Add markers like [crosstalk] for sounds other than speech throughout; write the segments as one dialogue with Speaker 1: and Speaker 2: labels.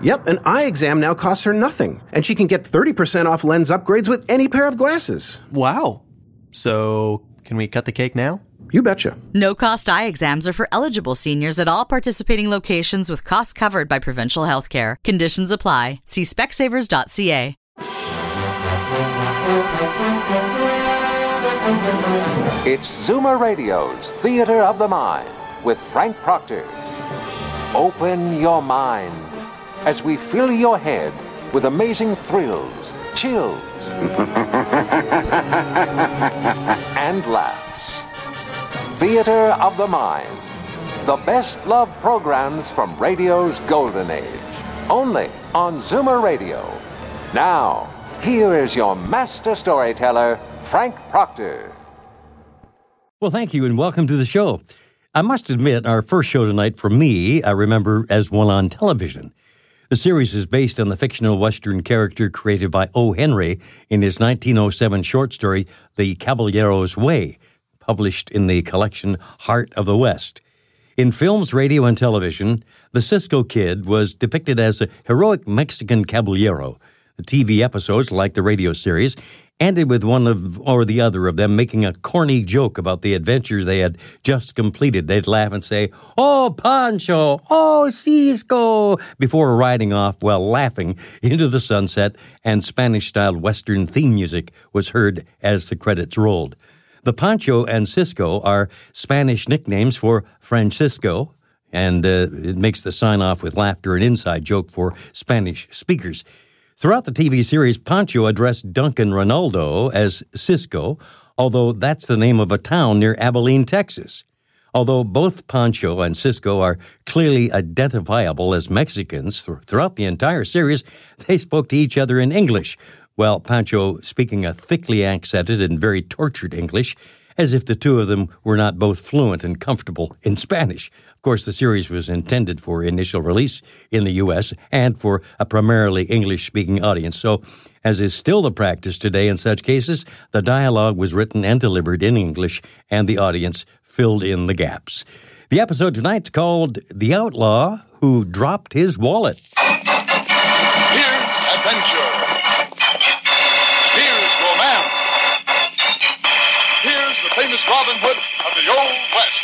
Speaker 1: Yep, an eye exam now costs her nothing, and she can get 30% off lens upgrades with any pair of glasses.
Speaker 2: Wow. So, can we cut the cake now?
Speaker 1: You betcha.
Speaker 3: No cost eye exams are for eligible seniors at all participating locations with costs covered by provincial health care. Conditions apply. See specsavers.ca.
Speaker 4: It's Zoomer Radio's Theater of the Mind with Frank Proctor. Open your mind as we fill your head with amazing thrills, chills, and laughs. Theater of the Mind, the best love programs from radio's golden age, only on Zoomer Radio. Now, here is your master storyteller, Frank Proctor.
Speaker 5: Well, thank you, and welcome to the show. I must admit, our first show tonight, for me, I remember as one on television. The series is based on the fictional Western character created by O. Henry in his 1907 short story, The Caballero's Way, published in the collection Heart of the West. In films, radio, and television, the Cisco Kid was depicted as a heroic Mexican caballero. The TV episodes, like the radio series, ended with one of or the other of them making a corny joke about the adventure they had just completed. They'd laugh and say, "Oh, Pancho! Oh, Cisco!" before riding off while laughing into the sunset. And Spanish-style Western theme music was heard as the credits rolled. The Pancho and Cisco are Spanish nicknames for Francisco, and uh, it makes the sign off with laughter an inside joke for Spanish speakers. Throughout the TV series, Pancho addressed Duncan Ronaldo as Cisco, although that's the name of a town near Abilene, Texas. Although both Pancho and Cisco are clearly identifiable as Mexicans thr- throughout the entire series, [laughs] they spoke to each other in English, while Pancho speaking a thickly accented and very tortured English, as if the two of them were not both fluent and comfortable in Spanish. Of course, the series was intended for initial release in the U.S. and for a primarily English speaking audience, so as is still the practice today in such cases, the dialogue was written and delivered in English, and the audience filled in the gaps. The episode tonight's called The Outlaw Who Dropped His Wallet.
Speaker 6: Here's adventure. Here's romance. Here's the famous Robin Hood of the Old West.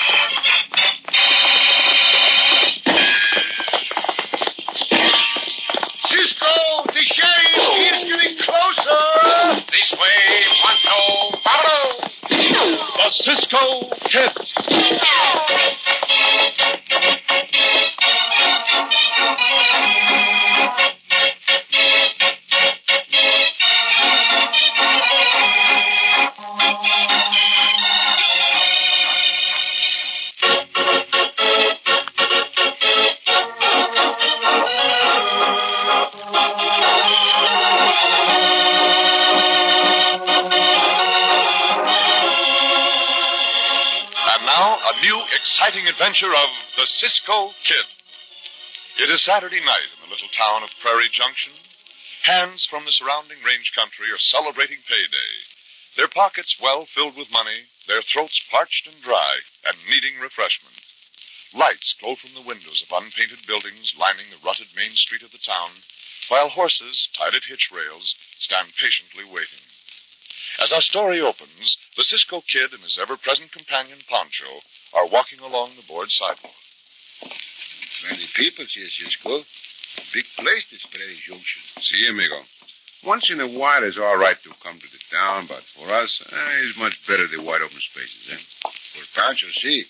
Speaker 6: Cisco, the sheriff is getting closer. This way, Pancho, Pablo. The Cisco Kid. And now, a new exciting adventure of the Cisco Kid. It is Saturday night in the little town of Prairie Junction. Hands from the surrounding range country are celebrating payday, their pockets well filled with money, their throats parched and dry, and needing refreshment. Lights glow from the windows of unpainted buildings lining the rutted main street of the town, while horses, tied at hitch rails, stand patiently waiting. As our story opens, the Cisco Kid and his ever present companion Poncho are walking along the board sidewalk.
Speaker 7: Many people here, Cisco. Big place, this Prairie Junction. See, amigo. Once in a while, it's all right to come to the town, but for us, eh, it's much better the wide open spaces, eh? For Pancho, see.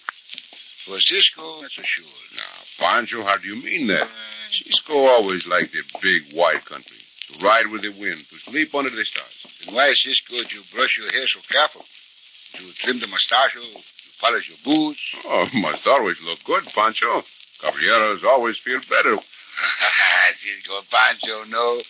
Speaker 7: For Cisco, that's for sure. Now, Pancho, how do you mean that? Cisco always liked the big, wide country. To ride with the wind, to sleep under the stars. Then why, Cisco, you brush your hair so careful? You trim
Speaker 8: [laughs]
Speaker 7: the mustache, you polish your boots. [laughs]
Speaker 9: Oh, must always look good, Pancho. Caballeros always feel better.
Speaker 7: Cisco Pancho, no.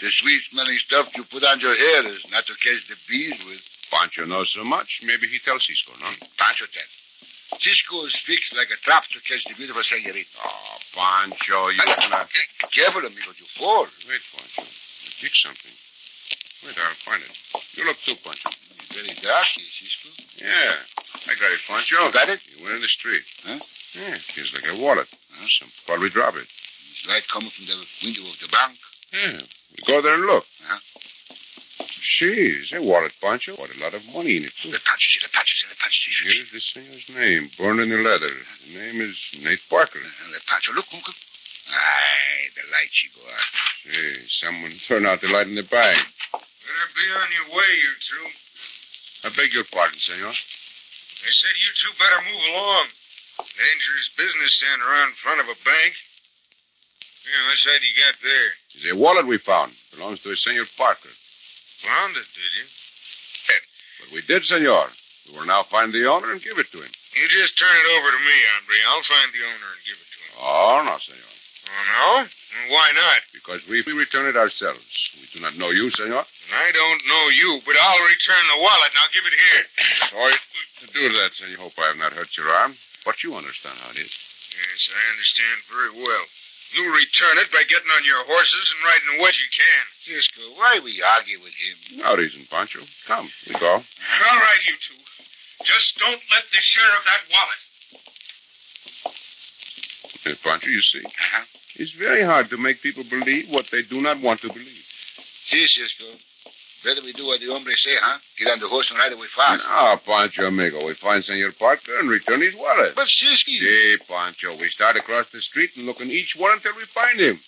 Speaker 8: The sweet smelling stuff you put on your hair is not to catch the bees with. Pancho knows so much. Maybe he tells Cisco, no? Pancho tell. Cisco is fixed like a trap to catch the beautiful senorita.
Speaker 9: Oh, Pancho, you gonna...
Speaker 8: Careful, amigo, you fall.
Speaker 9: Wait, Pancho. You kick something. Wait, I'll find it. You look too, Pancho.
Speaker 8: It's very dark here, Cisco.
Speaker 9: Yeah. I got it, Pancho.
Speaker 8: You got it?
Speaker 9: You went in the street.
Speaker 8: Huh?
Speaker 9: Yeah, feels like a wallet.
Speaker 8: Huh? Some
Speaker 9: Probably drop it.
Speaker 8: it's light coming from the window of the bank.
Speaker 9: Yeah. We go there and look.
Speaker 8: Huh?
Speaker 9: She's a wallet, Pancho. What a lot of money in it, too.
Speaker 8: The patches, the patches, the patches.
Speaker 9: Here is the singer's name, burned in the leather. The name is Nate Parker.
Speaker 8: The patch. Uh, Look, uncle. Aye, the light she go out.
Speaker 9: Hey, someone turned out the light in the bag.
Speaker 8: Better be on your way, you two.
Speaker 9: I beg your pardon, senor.
Speaker 8: They said you two better move along. Dangerous business standing around in front of a bank. Yeah, what's that you got there?
Speaker 9: It's a wallet we found. Belongs to a senor Parker.
Speaker 8: Found it, did you?
Speaker 9: But we did, senor. We will now find the owner and give it to him.
Speaker 8: You just turn it over to me, Andre. I'll find the owner and give it to him.
Speaker 9: Oh, no, senor.
Speaker 8: Oh, no? Well, Why not?
Speaker 9: Because we, we return it ourselves. We do not know you, senor.
Speaker 8: And I don't know you, but I'll return the wallet and I'll give it [clears throat] here. Oh,
Speaker 9: Sorry to do that, senor. Hope I have not hurt your arm. But you understand how it is.
Speaker 8: Yes, I understand very well. You'll return it by getting on your horses and riding away as you can. Cisco, why we argue with him?
Speaker 9: No reason, Pancho. Come, we go.
Speaker 8: All right, you two. Just don't let the sheriff that wallet.
Speaker 9: Uh, Pancho, you see, it's very hard to make people believe what they do not want to believe.
Speaker 8: See, Cisco. Better we do what the hombre say, huh? Get on the horse and ride away fast.
Speaker 9: Ah, Pancho, amigo, we find Senor Parker and return his wallet.
Speaker 8: But Cisco...
Speaker 9: See, Pancho, we start across the street and look in each one until we find him.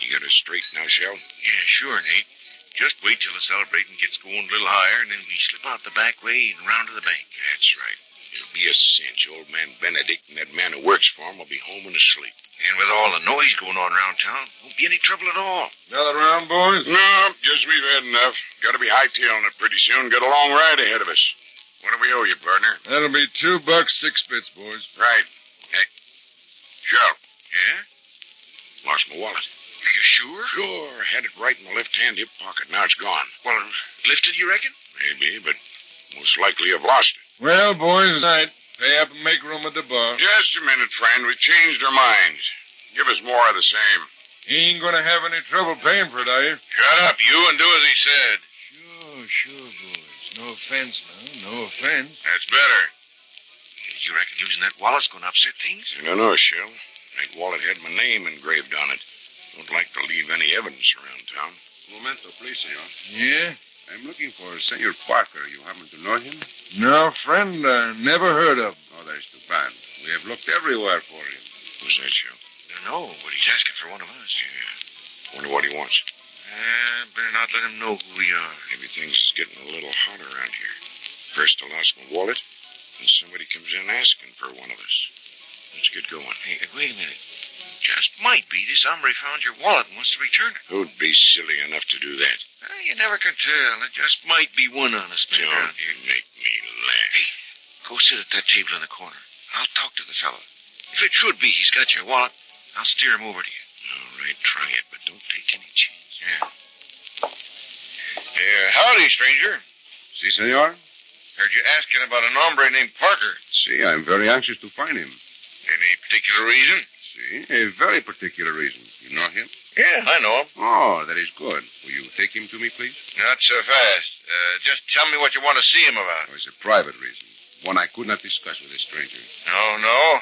Speaker 8: You got us straight now, Shell? Yeah, sure, Nate. Just wait till the celebrating gets going a little higher, and then we slip out the back way and round to the bank. That's right. It'll be a cinch. Old man Benedict and that man who works for him will be home and asleep. And with all the noise going on around town, won't be any trouble at all.
Speaker 9: Another round, boys?
Speaker 7: No, guess we've had enough. Got to be hightailing it pretty soon. Got a long ride ahead of us. What do we owe you, partner?
Speaker 9: That'll be two bucks, six bits, boys.
Speaker 7: Right. Hey, Shell. Yeah? Lost my wallet. Are you sure? Sure. Had it right in my left hand hip pocket. Now it's gone. Well, lifted, you reckon? Maybe, but most likely I've lost it.
Speaker 9: Well, boys, all right. Pay up and make room at the bar.
Speaker 7: Just a minute, friend. We changed our minds. Give us more of the same.
Speaker 9: You ain't gonna have any trouble paying for it, are you?
Speaker 7: Shut up, you, and do as he said.
Speaker 8: Sure, sure, boys. No offense now. No offense.
Speaker 7: That's better.
Speaker 8: You reckon losing that wallet's going to upset things?
Speaker 7: I don't know, Shell. That wallet had my name engraved on it. Don't like to leave any evidence around town.
Speaker 9: Momento, please, senor.
Speaker 8: Yeah?
Speaker 9: I'm looking for Senor Parker. You happen to know him?
Speaker 8: No, friend. I never heard of
Speaker 9: Oh, that's too bad. We have looked everywhere for him.
Speaker 7: Who's that, Shell?
Speaker 8: No, but he's asking for one of us.
Speaker 7: Yeah. Wonder what he wants.
Speaker 8: Uh, better not let him know who we are.
Speaker 7: Maybe things is getting a little hot around here. First I lost my wallet, and somebody comes in asking for one of us. Let's get going.
Speaker 8: Hey, uh, wait a minute. Just might be this hombre found your wallet and wants to return it.
Speaker 7: Who'd be silly enough to do that?
Speaker 8: Uh, you never can tell. It just might be one honest man around
Speaker 7: Don't
Speaker 8: here.
Speaker 7: make me laugh.
Speaker 8: Go sit at that table in the corner. I'll talk to the fellow. If it should be he's got your wallet, I'll steer him over to you.
Speaker 7: All right, try it, but don't take any chance.
Speaker 8: Yeah. Uh, howdy, stranger.
Speaker 9: See, senor?
Speaker 8: Heard you asking about an hombre named Parker.
Speaker 9: See, I'm very anxious to find him.
Speaker 8: Any particular reason?
Speaker 9: See, a very particular reason. You know him?
Speaker 8: Yeah, I know him.
Speaker 9: Oh, that is good. Will you take him to me, please?
Speaker 8: Not so fast. Uh, just tell me what you want to see him about.
Speaker 9: It was a private reason. One I could not discuss with a stranger.
Speaker 8: No, no.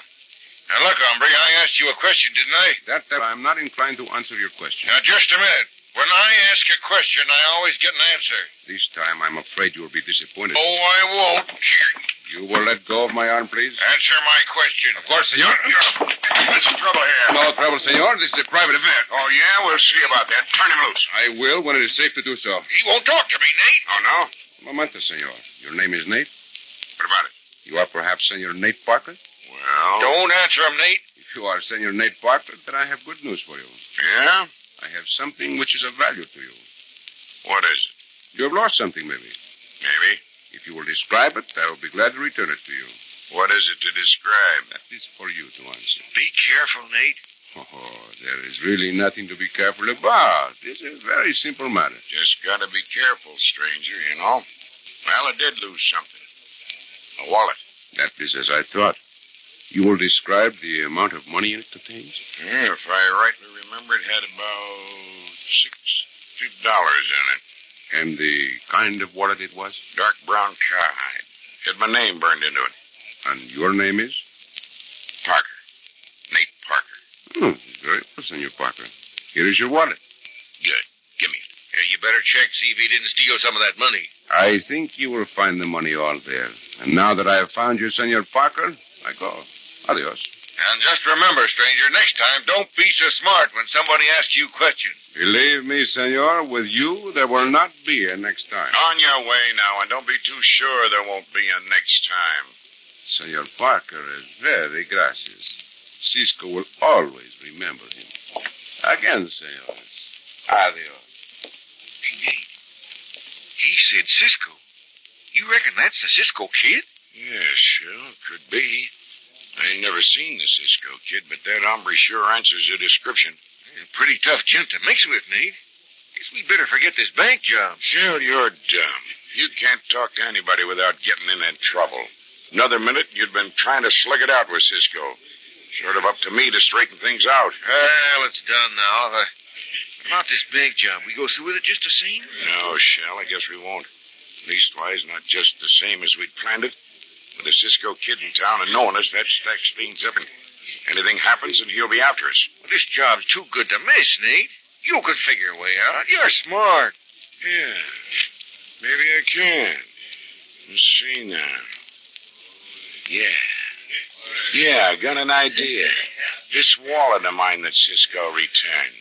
Speaker 8: Now look, hombre, I asked you a question, didn't I?
Speaker 9: That, that I'm not inclined to answer your question.
Speaker 8: Now just a minute. When I ask a question, I always get an answer.
Speaker 9: This time I'm afraid you will be disappointed.
Speaker 8: Oh, I won't.
Speaker 9: You will let go of my arm, please.
Speaker 8: Answer my question. Of course, senor. What's the trouble here?
Speaker 9: No trouble, senor. This is a private event.
Speaker 7: Oh, yeah? We'll see about that. Turn him loose.
Speaker 9: I will when it is safe to do so.
Speaker 8: He won't talk to me, Nate.
Speaker 7: Oh, no?
Speaker 9: Momento, senor. Your name is Nate?
Speaker 7: What about it?
Speaker 9: You are perhaps Senor Nate Parker?
Speaker 7: Well...
Speaker 8: Don't answer him, Nate.
Speaker 9: If you are Senor Nate Parker, then I have good news for you.
Speaker 7: Yeah?
Speaker 9: I have something which is of value to you.
Speaker 7: What is it?
Speaker 9: You have lost something, maybe.
Speaker 7: Maybe.
Speaker 9: If you will describe it, I will be glad to return it to you.
Speaker 7: What is it to describe?
Speaker 9: That is for you to answer.
Speaker 7: Be careful, Nate.
Speaker 9: Oh, there is really nothing to be careful about. It's a very simple matter.
Speaker 7: Just gotta be careful, stranger, you know. Well, I did lose something. A wallet.
Speaker 9: That is as I thought. You will describe the amount of money it contains?
Speaker 7: Yeah, Hmm, if I rightly remember, it had about sixty dollars in it.
Speaker 9: And the kind of wallet it was?
Speaker 7: Dark brown cowhide. Had my name burned into it.
Speaker 9: And your name is?
Speaker 7: Parker. Nate Parker.
Speaker 9: Hmm, very well, Senor Parker. Here is your wallet.
Speaker 7: Good. Give me it. you better check, see if he didn't steal some of that money.
Speaker 9: I think you will find the money all there. And now that I have found you, Senor Parker, I go. Adios.
Speaker 7: And just remember, stranger, next time, don't be so smart when somebody asks you questions.
Speaker 9: Believe me, Senor, with you, there will not be a next time.
Speaker 7: On your way now, and don't be too sure there won't be a next time.
Speaker 9: Senor Parker is very gracious. Cisco will always remember him. Again, senores. Adios.
Speaker 7: Hey, Nate. He said Cisco. You reckon that's the Cisco kid? Yeah, sure, could be. I ain't never seen the Cisco kid, but that hombre sure answers the description. pretty tough gent to mix with, Nate. Guess we better forget this bank job. Sure, you're dumb. You can't talk to anybody without getting in that trouble. Another minute, and you'd been trying to slug it out with Cisco. Sort of up to me to straighten things out. Well, it's done now.
Speaker 8: Uh,
Speaker 7: About this bank job, we go through with it just the same? No, Shell, I guess we won't. Leastwise, not just the same as we'd planned it. With the Cisco kid in town and knowing us, that stacks things up. And anything happens, and he'll be after us. Well, this job's too good to miss, Nate. You could figure a way out. You're smart. Yeah. Maybe I can. Let's see now. Yeah. Yeah, I got an idea. This wallet of mine that Cisco returned.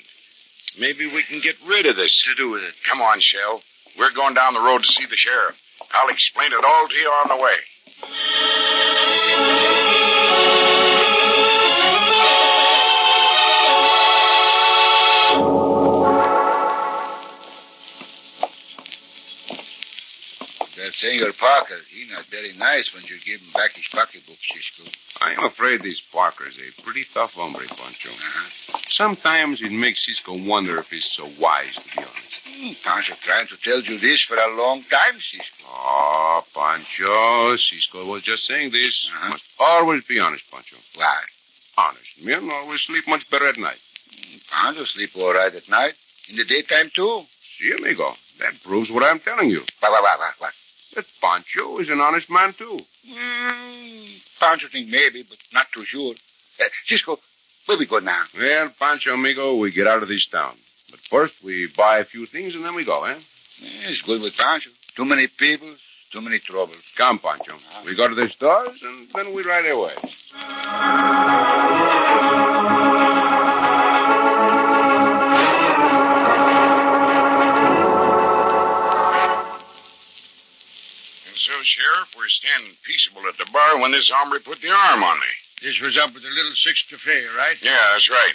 Speaker 7: Maybe we can get rid of this. To do with it. Come on, Shell. We're going down the road to see the sheriff. I'll explain it all to you on the way.
Speaker 8: That Senor Parker, he not very nice when you give him back his pocketbook, Cisco.
Speaker 9: I am afraid this Parker is a pretty tough hombre, Pancho.
Speaker 8: Uh-huh.
Speaker 9: Sometimes it makes Cisco wonder if he's so wise, to be honest.
Speaker 8: Hmm, I was trying to tell you this for a long time, Cisco.
Speaker 9: Oh, Pancho, Cisco was just saying this.
Speaker 8: Uh-huh.
Speaker 9: Must always be honest, Pancho.
Speaker 8: Why?
Speaker 9: Honest men always sleep much better at night.
Speaker 8: Hmm, Pancho sleep all right at night. In the daytime, too.
Speaker 9: See, amigo, that proves what I'm telling you.
Speaker 8: Why, why, why, why, why?
Speaker 9: That Pancho is an honest man, too.
Speaker 8: Mm, Pancho think maybe, but not too sure. Uh, Cisco, where we go now?
Speaker 9: Well, Pancho, amigo, we get out of this town. But first, we buy a few things and then we go, eh?
Speaker 8: Eh, It's good with Pancho. Too many people, too many troubles. Uh-huh.
Speaker 9: Come, Pancho. We go to the stores and then we ride away.
Speaker 7: And so, Sheriff, we're standing peaceable at the bar when this hombre put the arm on me.
Speaker 8: This was up at the Little Six Cafe, right?
Speaker 7: Yeah, that's right.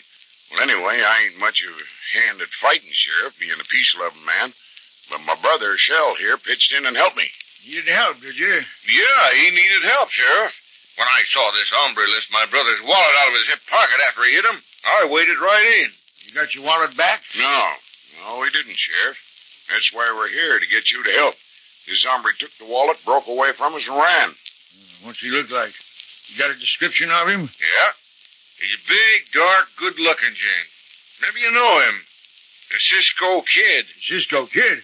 Speaker 7: Well, anyway, I ain't much of a hand at fighting, Sheriff, being a peace-loving man. But my brother, Shell, here, pitched in and helped me.
Speaker 8: You'd help, did you?
Speaker 7: Yeah, he needed help, Sheriff. When I saw this hombre lift my brother's wallet out of his hip pocket after he hit him, I waded right in.
Speaker 8: You got your wallet back?
Speaker 7: No, no, he didn't, Sheriff. That's why we're here, to get you to help. This hombre took the wallet, broke away from us, and ran.
Speaker 8: What's he look like? You got a description of him?
Speaker 7: Yeah? He's a big, dark, good-looking gent. Maybe you know him. The Cisco Kid.
Speaker 8: Cisco Kid.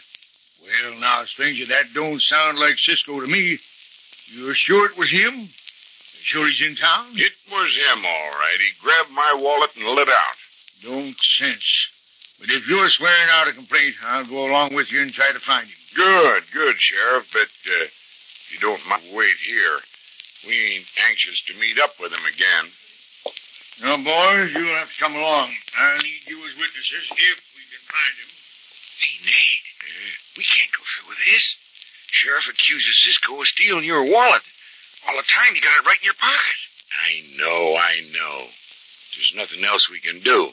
Speaker 8: Well, now, stranger, that don't sound like Cisco to me. You're sure it was him? Sure he's in town?
Speaker 7: It was him, all right. He grabbed my wallet and lit out.
Speaker 8: Don't sense. But if you're swearing out a complaint, I'll go along with you and try to find him.
Speaker 7: Good, good, Sheriff, but uh, if you don't mind, wait here. We ain't anxious to meet up with him again.
Speaker 8: Now, boys, you'll have to come along. I'll need you as witnesses if we can find him.
Speaker 7: Hey, Nate, we can't go through with this. Sheriff accuses Cisco of stealing your wallet. All the time, you got it right in your pocket. I know, I know. There's nothing else we can do.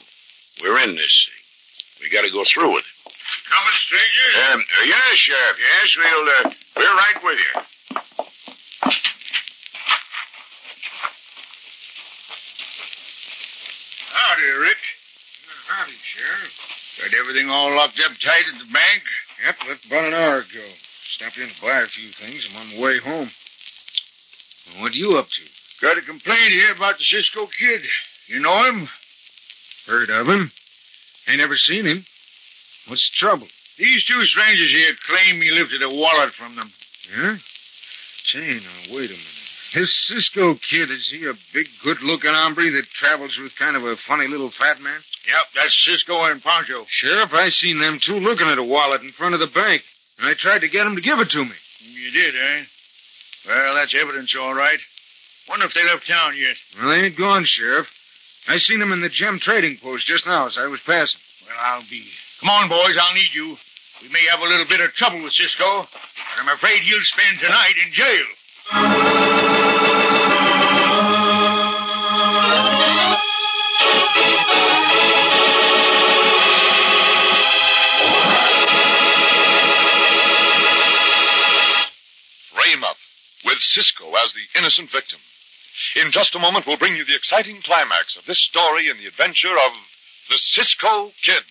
Speaker 7: We're in this thing. We got to go through with it.
Speaker 8: Coming, stranger? uh,
Speaker 7: Um, yes, Sheriff. Yes, we'll. Uh, we're right with you.
Speaker 8: Howdy, Rick. Howdy, Sheriff. Got everything all locked up tight at the bank? Yep, left about an hour ago. Stopped in to buy a few things. I'm on the way home. What are you up to? Got a complaint here about the Cisco kid. You know him? Heard of him. Ain't ever seen him. What's the trouble? These two strangers here claim he lifted a wallet from them. Yeah? Say, now, wait a minute. This Cisco kid, is he a big, good looking hombre that travels with kind of a funny little fat man? Yep, that's Cisco and Poncho. Sheriff, I seen them two looking at a wallet in front of the bank, and I tried to get 'em to give it to me. You did, eh? Well, that's evidence, all right. Wonder if they left town yet. Well, they ain't gone, Sheriff. I seen them in the gem trading post just now as I was passing. Well, I'll be. Come on, boys, I'll need you. We may have a little bit of trouble with Cisco, but I'm afraid he'll spend tonight in jail.
Speaker 6: Frame Up with Cisco as the innocent victim. In just a moment, we'll bring you the exciting climax of this story and the adventure of the Cisco Kid.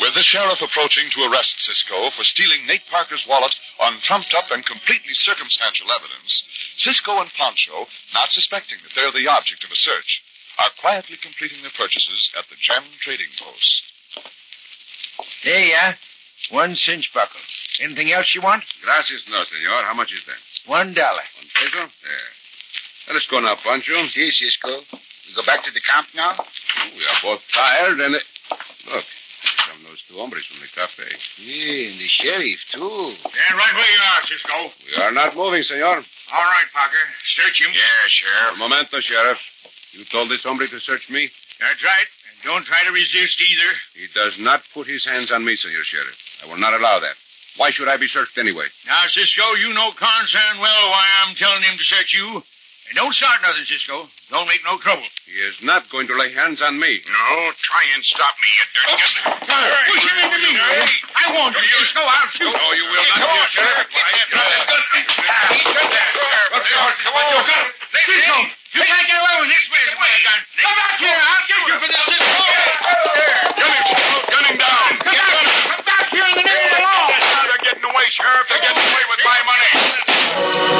Speaker 6: With the sheriff approaching to arrest Cisco for stealing Nate Parker's wallet on trumped up and completely circumstantial evidence, Cisco and Poncho, not suspecting that they're the object of a search, are quietly completing their purchases at the gem trading post.
Speaker 8: There you are. One cinch buckle. Anything else you want?
Speaker 9: Gracias, no, senor. How much is that?
Speaker 8: One dollar.
Speaker 9: One peso? Yeah. Let us go now, Pancho. Oh,
Speaker 8: See, Cisco. We go back to the camp now?
Speaker 9: We are both tired and... uh, Look, some of those two hombres from the cafe.
Speaker 8: Yeah, and the sheriff, too. Stand right where you are, Cisco.
Speaker 9: We are not moving, senor.
Speaker 8: All right, Parker. Search him. Yeah,
Speaker 9: A momento, sheriff. You told this hombre to search me?
Speaker 8: That's right. And don't try to resist either.
Speaker 9: He does not put his hands on me, senor sheriff. I will not allow that. Why should I be searched anyway?
Speaker 8: Now, Cisco, you know concern well why I'm telling him to search you. And don't start nothing, Cisco. Don't make no trouble.
Speaker 9: He is not going to lay hands on me.
Speaker 8: No, try and stop me, you dirty. Push him into me. I won't. You, Cisco, I'll shoot. No, Oh, you will not.
Speaker 9: you sheriff.
Speaker 8: He did that. Come on, your gun. Cisco, you can't get away with this, man. Come gun. Come back here. I'll get you for this, Cisco.
Speaker 6: Gun him, Cisco! Gun him down! Get gun him!
Speaker 8: Come back here in the name of the law.
Speaker 6: They're getting away, Sheriff. They're getting away with my money.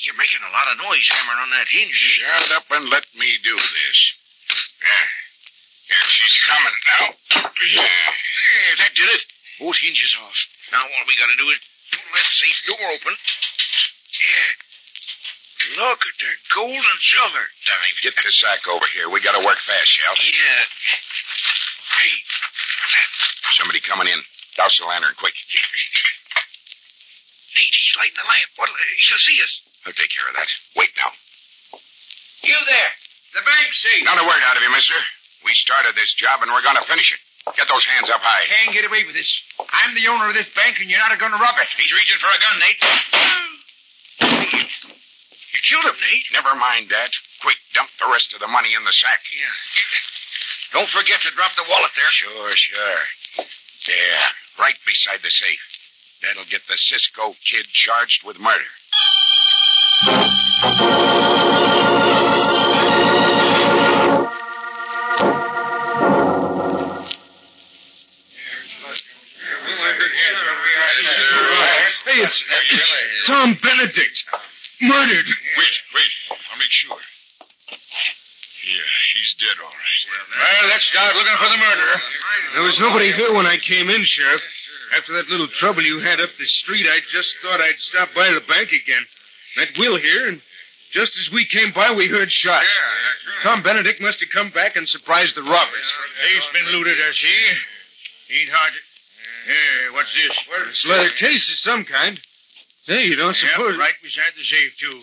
Speaker 8: You're making a lot of noise hammering on that hinge.
Speaker 9: Shut up and let me do this.
Speaker 8: Yeah, she's coming now. Yeah, that did it. Both hinges off. Now all we gotta do is pull that safe door open. Yeah. Look at the gold and silver. Dime.
Speaker 6: Get the sack over here. We gotta work fast, Shell.
Speaker 8: Yeah. Hey.
Speaker 6: Somebody coming in. Douse the lantern, quick.
Speaker 8: Nate, he's lighting the lamp. What, he'll see us.
Speaker 6: I'll take care of that. Wait now.
Speaker 8: You there. The bank safe.
Speaker 6: Not a word out of you, mister. We started this job and we're gonna finish it. Get those hands up high.
Speaker 8: can't get away with this. I'm the owner of this bank, and you're not going to rob it. He's reaching for a gun, Nate. You killed him, Nate.
Speaker 6: Never mind that. Quick, dump the rest of the money in the sack.
Speaker 8: Yeah.
Speaker 6: [laughs]
Speaker 8: Don't forget to drop the wallet there.
Speaker 6: Sure, sure. There, right beside the safe. That'll get the Cisco kid charged with murder.
Speaker 8: Hey, it's, it's Tom Benedict. Murdered.
Speaker 6: Wait, wait. I'll make sure. Yeah, he's dead, all right.
Speaker 8: Well, let's start looking for the murderer.
Speaker 7: There was nobody here when I came in, Sheriff. After that little trouble you had up the street, I just thought I'd stop by the bank again. Met Will here, and just as we came by, we heard shots. Tom Benedict must have come back and surprised the robbers.
Speaker 8: Safe's been looted, I see. Ain't hard to... Hey, what's this?
Speaker 7: It's leather case of some kind. Say, you don't
Speaker 8: Yep,
Speaker 7: suppose...
Speaker 8: right beside the safe, too.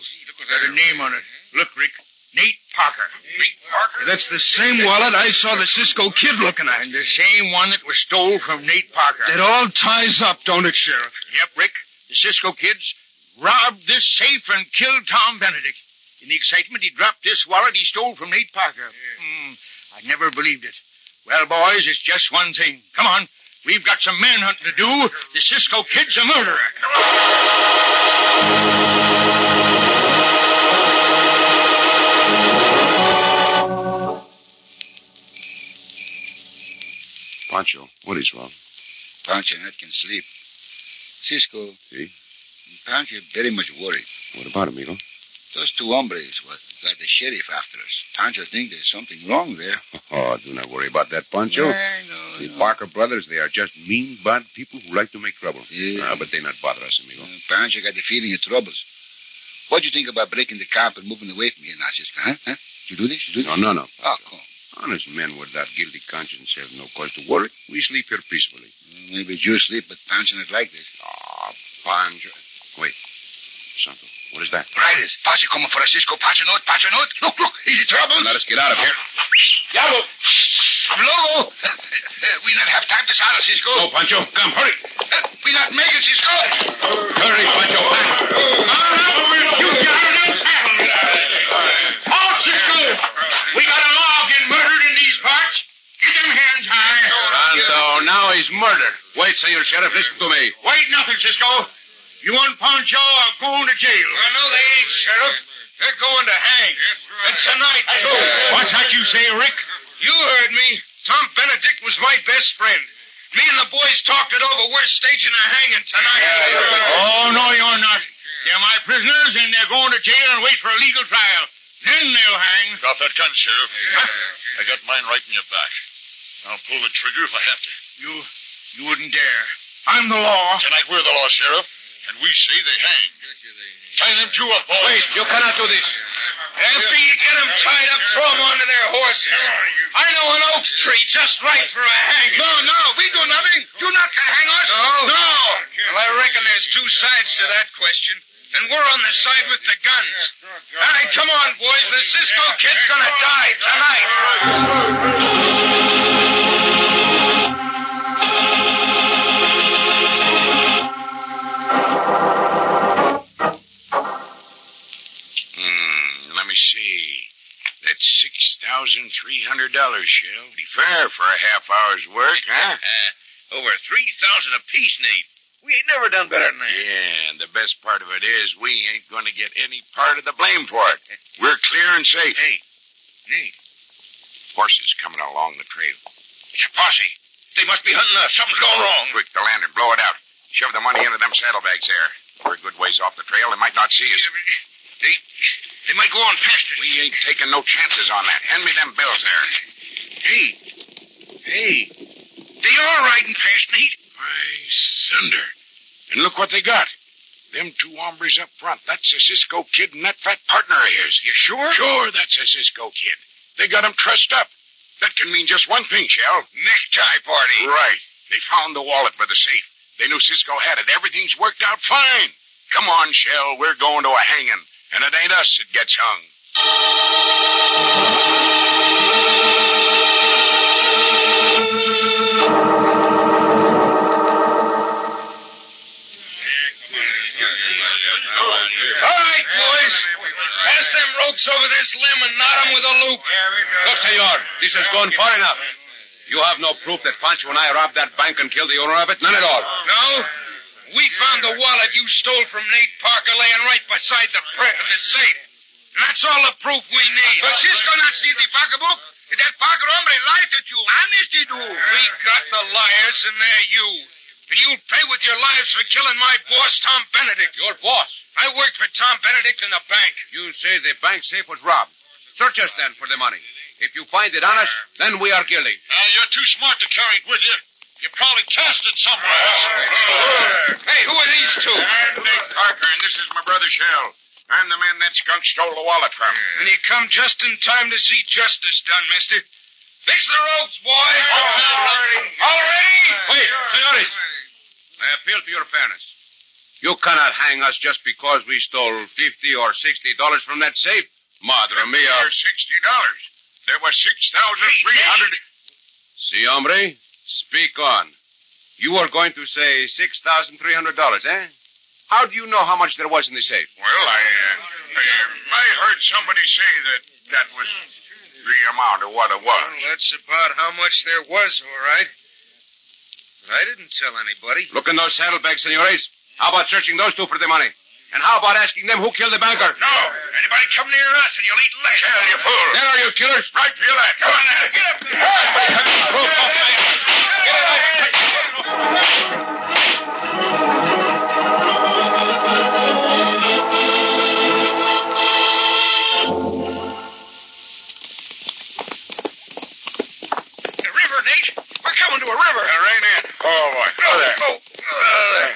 Speaker 8: Got a name on it. Look, Rick.
Speaker 10: Nate Parker. eh? Nate Parker? That's the same wallet I saw the Cisco kid looking at. And the same one that was stole from Nate Parker. It all ties up, don't it, Sheriff? Yep, Rick. The Cisco kids robbed this safe and killed Tom Benedict. In the excitement, he dropped this wallet he stole from Nate Parker. Hmm, I never believed it. Well, boys, it's just one thing. Come on. We've got some manhunting to do. The Cisco kid's a murderer.
Speaker 7: Pancho, what is wrong?
Speaker 8: Pancho not can sleep. Cisco.
Speaker 7: See?
Speaker 8: Pancho very much worried.
Speaker 7: What about amigo?
Speaker 8: Those two hombres what, got the sheriff after us. Pancho think there's something wrong there.
Speaker 7: Oh, do not worry about that, Pancho.
Speaker 8: I know.
Speaker 7: The
Speaker 8: no.
Speaker 7: Parker brothers, they are just mean, bad people who like to make trouble.
Speaker 8: Yeah.
Speaker 7: Ah, but they not bother us, amigo.
Speaker 8: Uh, Pancho got the feeling of troubles. What do you think about breaking the camp and moving away from here now, Cisco? Huh? huh? You do this? You do this?
Speaker 7: No, no, no.
Speaker 8: Oh, come.
Speaker 7: Honest men without guilty conscience have no cause to worry. We sleep here peacefully.
Speaker 8: Maybe you sleep, but Pancho not like this.
Speaker 7: Ah, Pancho. Wait. Santo, what is that?
Speaker 8: Riders, Pacho coming for us, Cisco. Pacho note, Pacho note. Look, look, easy trouble.
Speaker 7: Let us get out of here.
Speaker 8: Diablo! Logo! we not have time to saddle, Cisco.
Speaker 7: Go, Pancho. Come, hurry.
Speaker 8: Uh, we not make it, Cisco.
Speaker 7: Hurry, Pancho.
Speaker 8: You get out of saddle. Halt, Cisco! We got a law getting murdered in these parts. Get them hands high.
Speaker 7: Santo, now he's murdered. Wait, Senor Sheriff, listen to me.
Speaker 8: Wait, nothing, Cisco. You want Poncho are going to jail. Well, no, they ain't, Sheriff. They're going to hang. And tonight, too. What's that you say, Rick? You heard me. Tom Benedict was my best friend. Me and the boys talked it over. We're staging a hanging tonight. oh, no, you're not. They're my prisoners, and they're going to jail and wait for a legal trial. Then they'll hang.
Speaker 6: Drop that gun, Sheriff. I got mine right in your back. I'll pull the trigger if I have to.
Speaker 8: You, you wouldn't dare. I'm the law.
Speaker 6: Tonight we're the law, Sheriff, and we say they hang. Tie them two up, boys.
Speaker 7: Wait, you cannot do this.
Speaker 8: After you get them tied up, throw them onto their horses. I know an oak tree just right for a hang. No, no, we do nothing. You not can hang us. No. No. Well, I reckon there's two sides to that question. And we're on the side with the guns. All right, come on, boys. The Cisco kid's gonna die tonight.
Speaker 7: Hmm, let me see. That's six thousand three hundred dollars, Sheriff. Be fair for a half hour's work, [laughs] huh?
Speaker 10: Over 3000 apiece, Nate. We ain't never done better than that.
Speaker 7: Yeah, and the best part of it is we ain't going to get any part of the blame for it. We're clear and safe. Hey,
Speaker 10: Nate,
Speaker 7: horses coming along the trail.
Speaker 10: it's a posse. They must be hunting us. Something's going wrong.
Speaker 7: Quick, the lantern, blow it out. Shove the money into them saddlebags there. We're a good ways off the trail. They might not see us.
Speaker 10: They, they might go on past us.
Speaker 7: We ain't taking no chances on that. Hand me them bills there.
Speaker 10: Hey, hey, they are riding past, Nate.
Speaker 7: Why, thunder. And look what they got. Them two hombres up front. That's a Cisco kid and that fat partner of his. You sure? Sure, that's a Cisco kid. They got him trussed up. That can mean just one thing, Shell. Necktie party. Right. They found the wallet by the safe. They knew Cisco had it. Everything's worked out fine. Come on, Shell. We're going to a hanging. And it ain't us that gets hung.
Speaker 10: All right, boys. Pass them ropes over this limb and knot them with a loop.
Speaker 7: Look, senor, this has gone far enough. You have no proof that Pancho and I robbed that bank and killed the owner of it? None at all.
Speaker 10: No? We found the wallet you stole from Nate Parker laying right beside the print of the safe. And that's all the proof we need.
Speaker 8: But Cisco not see the pocketbook. That pocket hombre lied to you. Honest he do.
Speaker 10: We got the liars, and they're you. And you'll pay with your lives for killing my boss, Tom Benedict. Your boss? I worked for Tom Benedict in the bank.
Speaker 7: You say the bank safe was robbed. Search us then for the money. If you find it on us, then we are guilty.
Speaker 6: Now, you're too smart to carry it with you. You probably cast it somewhere else.
Speaker 10: Hey, who are these two?
Speaker 7: I'm Nate Parker, and this is my brother Shell. I'm the man that skunk stole the wallet from.
Speaker 10: And you come just in time to see justice done, mister. Fix the ropes, boys. Already?
Speaker 7: Wait, senores. I appeal to your fairness. You cannot hang us just because we stole fifty or sixty dollars from that safe.
Speaker 6: Madre mia.
Speaker 8: sixty dollars. There were six thousand three hundred.
Speaker 9: See, hombre? Speak on. You were going to say $6,300, eh? How do you know how much there was in the safe?
Speaker 8: Well, I, uh, I, I heard somebody say that that was the amount of what it was.
Speaker 11: Well, that's about how much there was, all right. But I didn't tell anybody.
Speaker 9: Look in those saddlebags, senores. How about searching those two for the money? And how about asking them who killed the banker?
Speaker 8: No, anybody come near us and you'll eat lead. Hell, you fool!
Speaker 9: There are you killers.
Speaker 8: Right, feel that. Come on now. Get up there. The river, Nate. We're coming to a river. rain in. Oh, boy. Oh, there. Oh, there.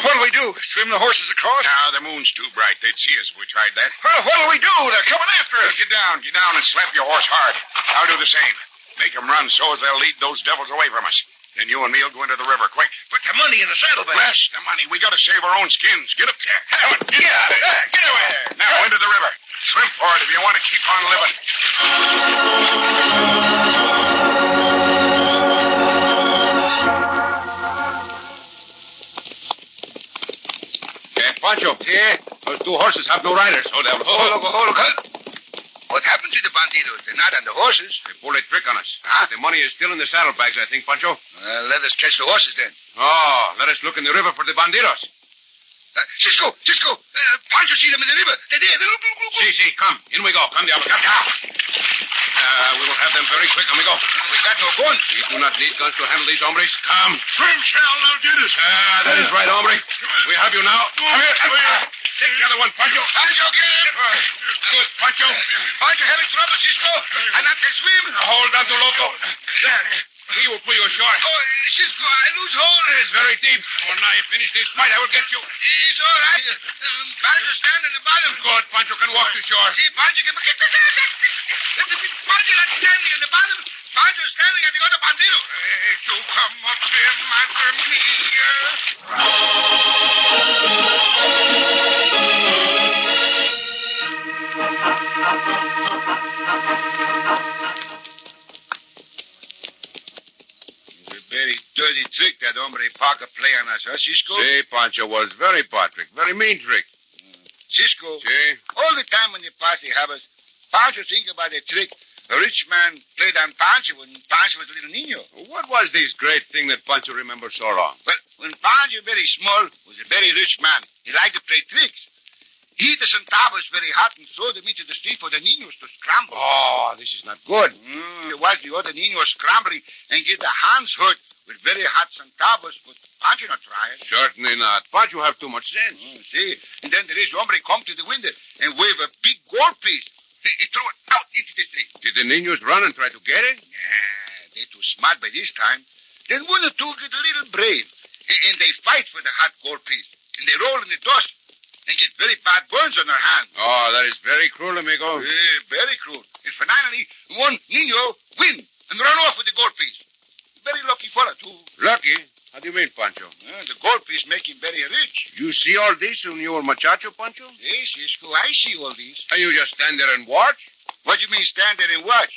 Speaker 8: What'll we do? Swim the horses across? Now, the moon's too bright. They'd see us if we tried that. Well, what'll we do? They're coming after us. Get down. Get down and slap your horse hard. I'll do the same. Make 'em run so as they'll lead those devils away from us. Then you and me will go into the river quick. Put the money in the saddlebag. Bless the money. We gotta save our own skins. Get up there. Come on. Get out of there. Get away. Now, into the river. Swim for it if you want to keep on living.
Speaker 9: Eh, Pancho. Yeah? Those two horses have no riders. Oh, devil.
Speaker 8: look, oh, look. What happened to the bandidos? They're not on the horses.
Speaker 9: They pulled a trick on us. Huh? The money is still in the saddlebags, I think, Pancho.
Speaker 8: Uh, let us catch the horses then.
Speaker 9: Oh, let us look in the river for the bandidos.
Speaker 8: Uh, Cisco, Cisco, uh, Pancho see them in the river. They're Ah, there. They're...
Speaker 9: See, see, come. In we go. Come, Diablo. Come down. Uh, we will have them very quick, amigo.
Speaker 8: We got no guns.
Speaker 9: We do not need guns to handle these hombres. Come.
Speaker 8: Swim shall now get us.
Speaker 9: Ah, that is right, hombre. We have you now. Come here. Come here.
Speaker 8: Take the other one, Pancho. Pancho, get him. Good, Pancho. Pancho having trouble, Cisco. And not can swim.
Speaker 9: Hold on to Loco.
Speaker 8: There.
Speaker 9: He will pull you ashore.
Speaker 8: Oh, Cisco, I lose hold.
Speaker 9: It's very deep. When I finish this fight, I will get you.
Speaker 8: It's all right. Um, Pancho stand in the bottom.
Speaker 9: Good, Pancho can walk to shore.
Speaker 8: See, Pancho can... Pancho not standing in the bottom. Pancho's standing at the other bandito. Hey, you come up here, madre mia.
Speaker 9: It's a very dirty trick that hombre Parker play on us, huh, Cisco? See, Pancho was very bad trick. Very mean trick.
Speaker 8: Cisco,
Speaker 9: See?
Speaker 8: all the time when the posse have us, Pancho think about a trick a rich man played on Pancho when Pancho was a little niño.
Speaker 9: What was this great thing that Pancho remembered so long?
Speaker 8: But when Pancho very small was a very rich man, he liked to play tricks. He eat the centavos very hot and throw them into the street for the niños to scramble.
Speaker 9: Oh, this is not good.
Speaker 8: Mm. It was the other niños scrambling and get their hands hurt with very hot centavos, but Pancho not try it.
Speaker 9: Certainly not. Pancho have too much sense.
Speaker 8: Mm, see, and then the rich hombre come to the window and wave a big gold piece. He, he threw it out into the street.
Speaker 9: Did the niños run and try to get it?
Speaker 8: Nah, they too smart by this time. Then one or two get a little brave, and, and they fight for the hot gold piece, and they roll in the dust and get very bad burns on their hands.
Speaker 9: Oh, that is very cruel, amigo.
Speaker 8: Eh, very cruel. And finally, one niño win and run off with the gold piece. Very lucky fella, too.
Speaker 9: Lucky? How do you mean, Pancho?
Speaker 8: Eh, the gold piece make him very rich.
Speaker 9: You see all this in your machacho, Pancho?
Speaker 8: Yes, Cisco, I see all these.
Speaker 9: And you just stand there and watch?
Speaker 8: What do you mean stand there and watch?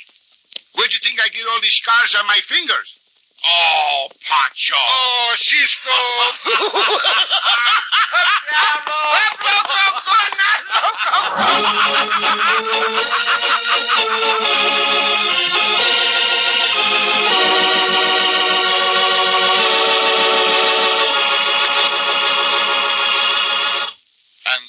Speaker 8: Where do you think I get all these scars on my fingers?
Speaker 9: Oh, Pancho.
Speaker 8: Oh, Cisco!
Speaker 9: [laughs]
Speaker 6: And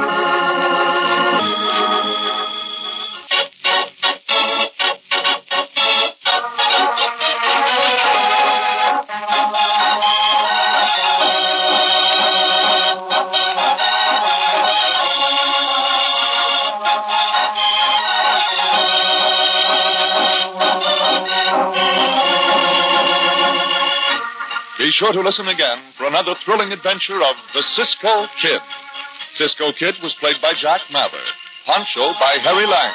Speaker 6: Be sure to listen again for another thrilling adventure of The Cisco Kid. Cisco Kid was played by Jack Mather, Pancho by Harry Lang.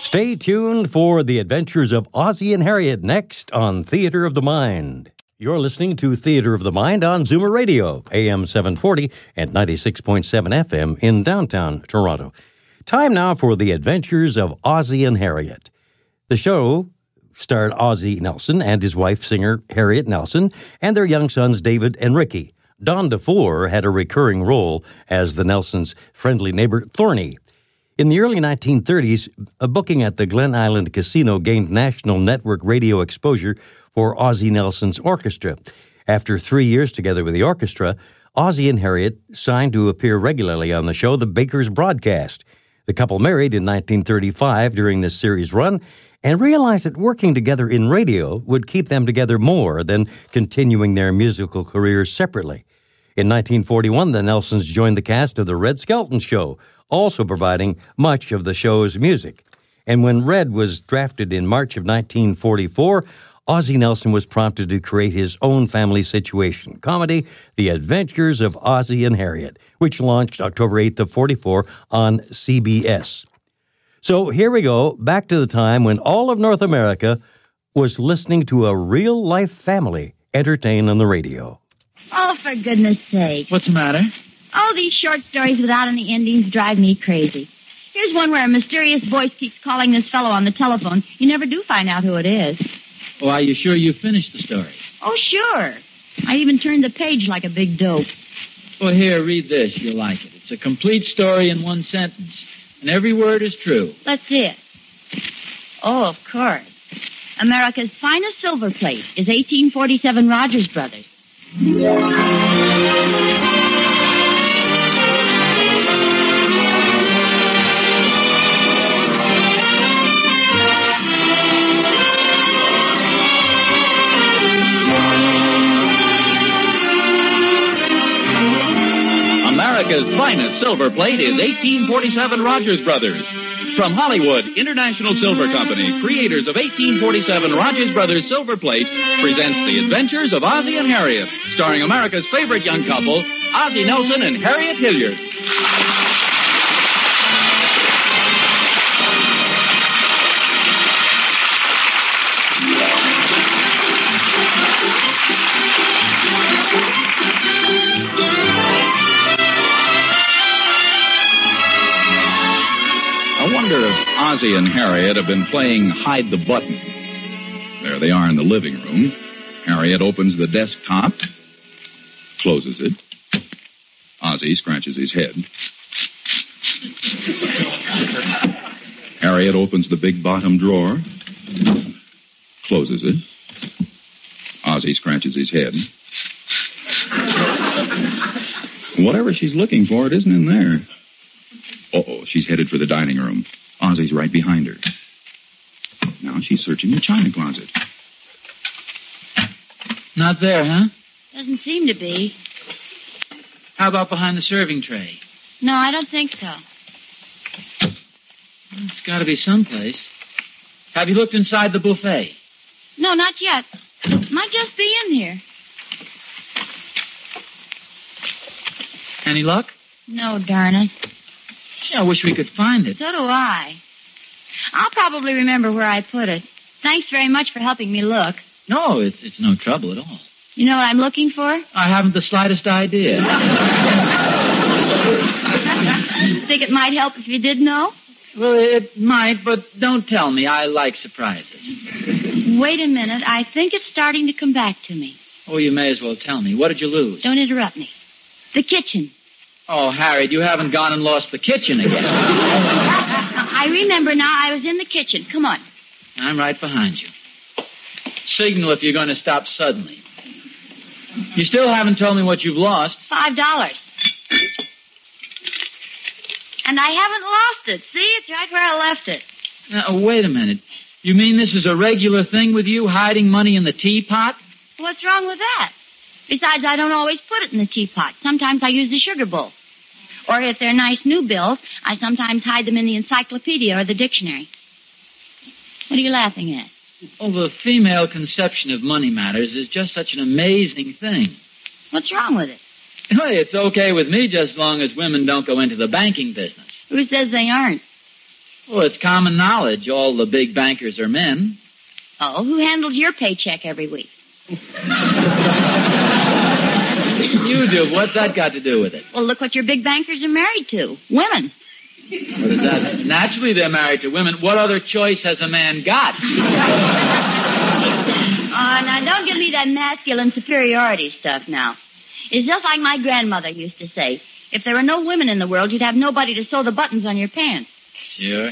Speaker 5: Stay tuned for the adventures of Ozzie and Harriet next on Theater of the Mind. You're listening to Theater of the Mind on Zoomer Radio, AM 740 and 96.7 FM in downtown Toronto. Time now for the adventures of Ozzie and Harriet. The show starred Ozzie Nelson and his wife, singer Harriet Nelson, and their young sons, David and Ricky. Don DeFore had a recurring role as the Nelsons' friendly neighbor, Thorny. In the early 1930s, a booking at the Glen Island Casino gained national network radio exposure for Ozzie Nelson's orchestra. After three years together with the orchestra, Ozzie and Harriet signed to appear regularly on the show The Baker's Broadcast. The couple married in 1935 during this series run and realized that working together in radio would keep them together more than continuing their musical careers separately. In 1941, the Nelsons joined the cast of The Red Skelton Show, also providing much of the show's music. And when Red was drafted in March of 1944, Ozzie Nelson was prompted to create his own family situation comedy, The Adventures of Ozzie and Harriet, which launched October 8th of 44 on CBS. So here we go, back to the time when all of North America was listening to a real life family entertain on the radio.
Speaker 12: Oh, for goodness sake.
Speaker 13: What's the matter?
Speaker 12: All these short stories without any endings drive me crazy. Here's one where a mysterious voice keeps calling this fellow on the telephone. You never do find out who it is.
Speaker 13: Oh, are you sure you finished the story?
Speaker 12: Oh, sure. I even turned the page like a big dope.
Speaker 13: Well, here, read this. You'll like it. It's a complete story in one sentence, and every word is true.
Speaker 12: Let's see it. Oh, of course. America's finest silver plate is 1847 Rogers Brothers.
Speaker 13: America's finest silver plate is 1847 Rogers Brothers. From Hollywood, International Silver Company, creators of 1847 Rogers Brothers Silver Plate, presents The Adventures of Ozzie and Harriet, starring America's favorite young couple, Ozzie Nelson and Harriet Hilliard. I wonder if Ozzie and Harriet have been playing hide the button. There they are in the living room. Harriet opens the desktop, closes it. Ozzie scratches his head. Harriet opens the big bottom drawer, closes it. Ozzie scratches his head. Whatever she's looking for, it isn't in there. Uh-oh, she's headed for the dining room. Ozzy's right behind her. Now she's searching the china closet. Not there, huh?
Speaker 12: Doesn't seem to be.
Speaker 13: How about behind the serving tray?
Speaker 12: No, I don't think so.
Speaker 13: It's got to be someplace. Have you looked inside the buffet?
Speaker 12: No, not yet. Might just be in here.
Speaker 13: Any luck?
Speaker 12: No, darn it.
Speaker 13: Gee, I wish we could find it.
Speaker 12: So do I. I'll probably remember where I put it. Thanks very much for helping me look.
Speaker 13: No, it's, it's no trouble at all.
Speaker 12: You know what I'm looking for? [laughs]
Speaker 13: I haven't the slightest idea.
Speaker 12: Think it might help if you did know?
Speaker 13: well, it might, but don't tell me. I like surprises.
Speaker 12: Wait a minute. I think it's starting to come back to me.
Speaker 13: Oh, you may as well tell me. What did you lose?
Speaker 12: Don't interrupt me. The kitchen.
Speaker 13: Oh, Harriet, you haven't gone and lost the kitchen again.
Speaker 12: I remember now I was in the kitchen. Come on.
Speaker 13: I'm right behind you. Signal if you're going to stop suddenly. You still haven't told me what you've lost.
Speaker 12: Five dollars. And I haven't lost it. See? It's right where I left it.
Speaker 13: Now, oh, wait a minute. You mean this is a regular thing with you, hiding money in the teapot?
Speaker 12: What's wrong with that? Besides, I don't always put it in the teapot. Sometimes I use the sugar bowl. Or if they're nice new bills, I sometimes hide them in the encyclopedia or the dictionary. What are you laughing at?
Speaker 13: Oh, the female conception of money matters is just such an amazing thing.
Speaker 12: What's wrong with it?
Speaker 13: Hey, it's okay with me just as long as women don't go into the banking business.
Speaker 12: Who says they aren't?
Speaker 14: Well, it's common knowledge all the big bankers are men.
Speaker 12: Oh, who handles your paycheck every week?
Speaker 14: You do. What's that got to do with it?
Speaker 12: Well, look what your big bankers are married to. Women.
Speaker 14: What is that? Naturally, they're married to women. What other choice has a man got?
Speaker 12: Oh, now don't give me that masculine superiority stuff now. It's just like my grandmother used to say. If there were no women in the world, you'd have nobody to sew the buttons on your pants.
Speaker 14: Sure.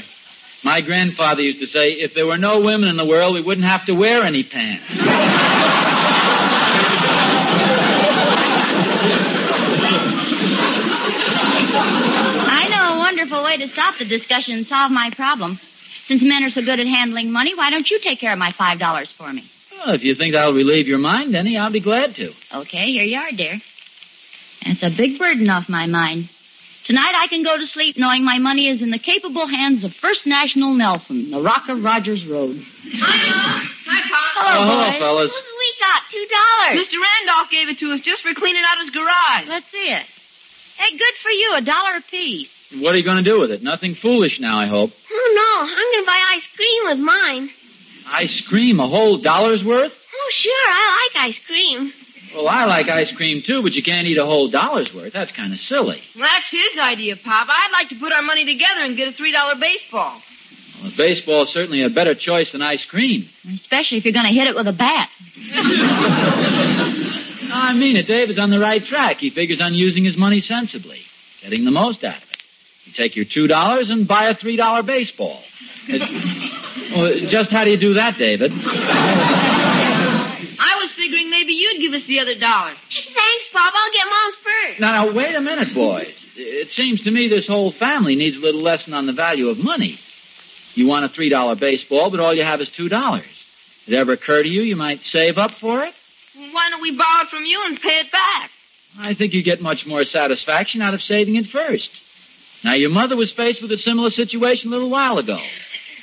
Speaker 14: My grandfather used to say, if there were no women in the world, we wouldn't have to wear any pants.
Speaker 12: I know a wonderful way to stop the discussion and solve my problem. Since men are so good at handling money, why don't you take care of my five dollars for me?
Speaker 14: Well, if you think that'll relieve your mind any, I'll be glad to.
Speaker 12: Okay, here you are, dear. That's a big burden off my mind. Tonight I can go to sleep knowing my money is in the capable hands of First National Nelson, the Rock of Rogers Road.
Speaker 15: Hi, Pop.
Speaker 12: Hello,
Speaker 14: oh,
Speaker 12: boys.
Speaker 14: fellas.
Speaker 12: We got two dollars.
Speaker 15: Mr. Randolph gave it to us just for cleaning out his garage.
Speaker 12: Let's see it. Hey, good for you, a dollar apiece.
Speaker 14: What are you going to do with it? Nothing foolish now, I hope.
Speaker 15: Oh, no. I'm going to buy ice cream with mine.
Speaker 14: Ice cream, a whole dollar's worth?
Speaker 15: Oh, sure. I like ice cream.
Speaker 14: Well, I like ice cream too, but you can't eat a whole dollar's worth. That's kind of silly.
Speaker 15: Well, that's his idea, Pop. I'd like to put our money together and get a $3 baseball.
Speaker 14: Well, baseball's certainly a better choice than ice cream.
Speaker 12: Especially if you're going to hit it with a bat.
Speaker 14: No, I mean it. Dave is on the right track. He figures on using his money sensibly, getting the most out of it. You take your two dollars and buy a three dollar baseball. It- well, just how do you do that, David?
Speaker 15: I was figuring maybe you'd give us the other dollar. Thanks, Pop. I'll get Mom's first.
Speaker 14: Now, now, wait a minute, boys. It seems to me this whole family needs a little lesson on the value of money. You want a three dollar baseball, but all you have is two dollars. Did it ever occur to you you might save up for it?
Speaker 15: Why don't we borrow it from you and pay
Speaker 12: [laughs]
Speaker 15: it back?
Speaker 14: I think you get much more satisfaction out of saving it first. Now, your mother was faced with a similar situation a little while ago.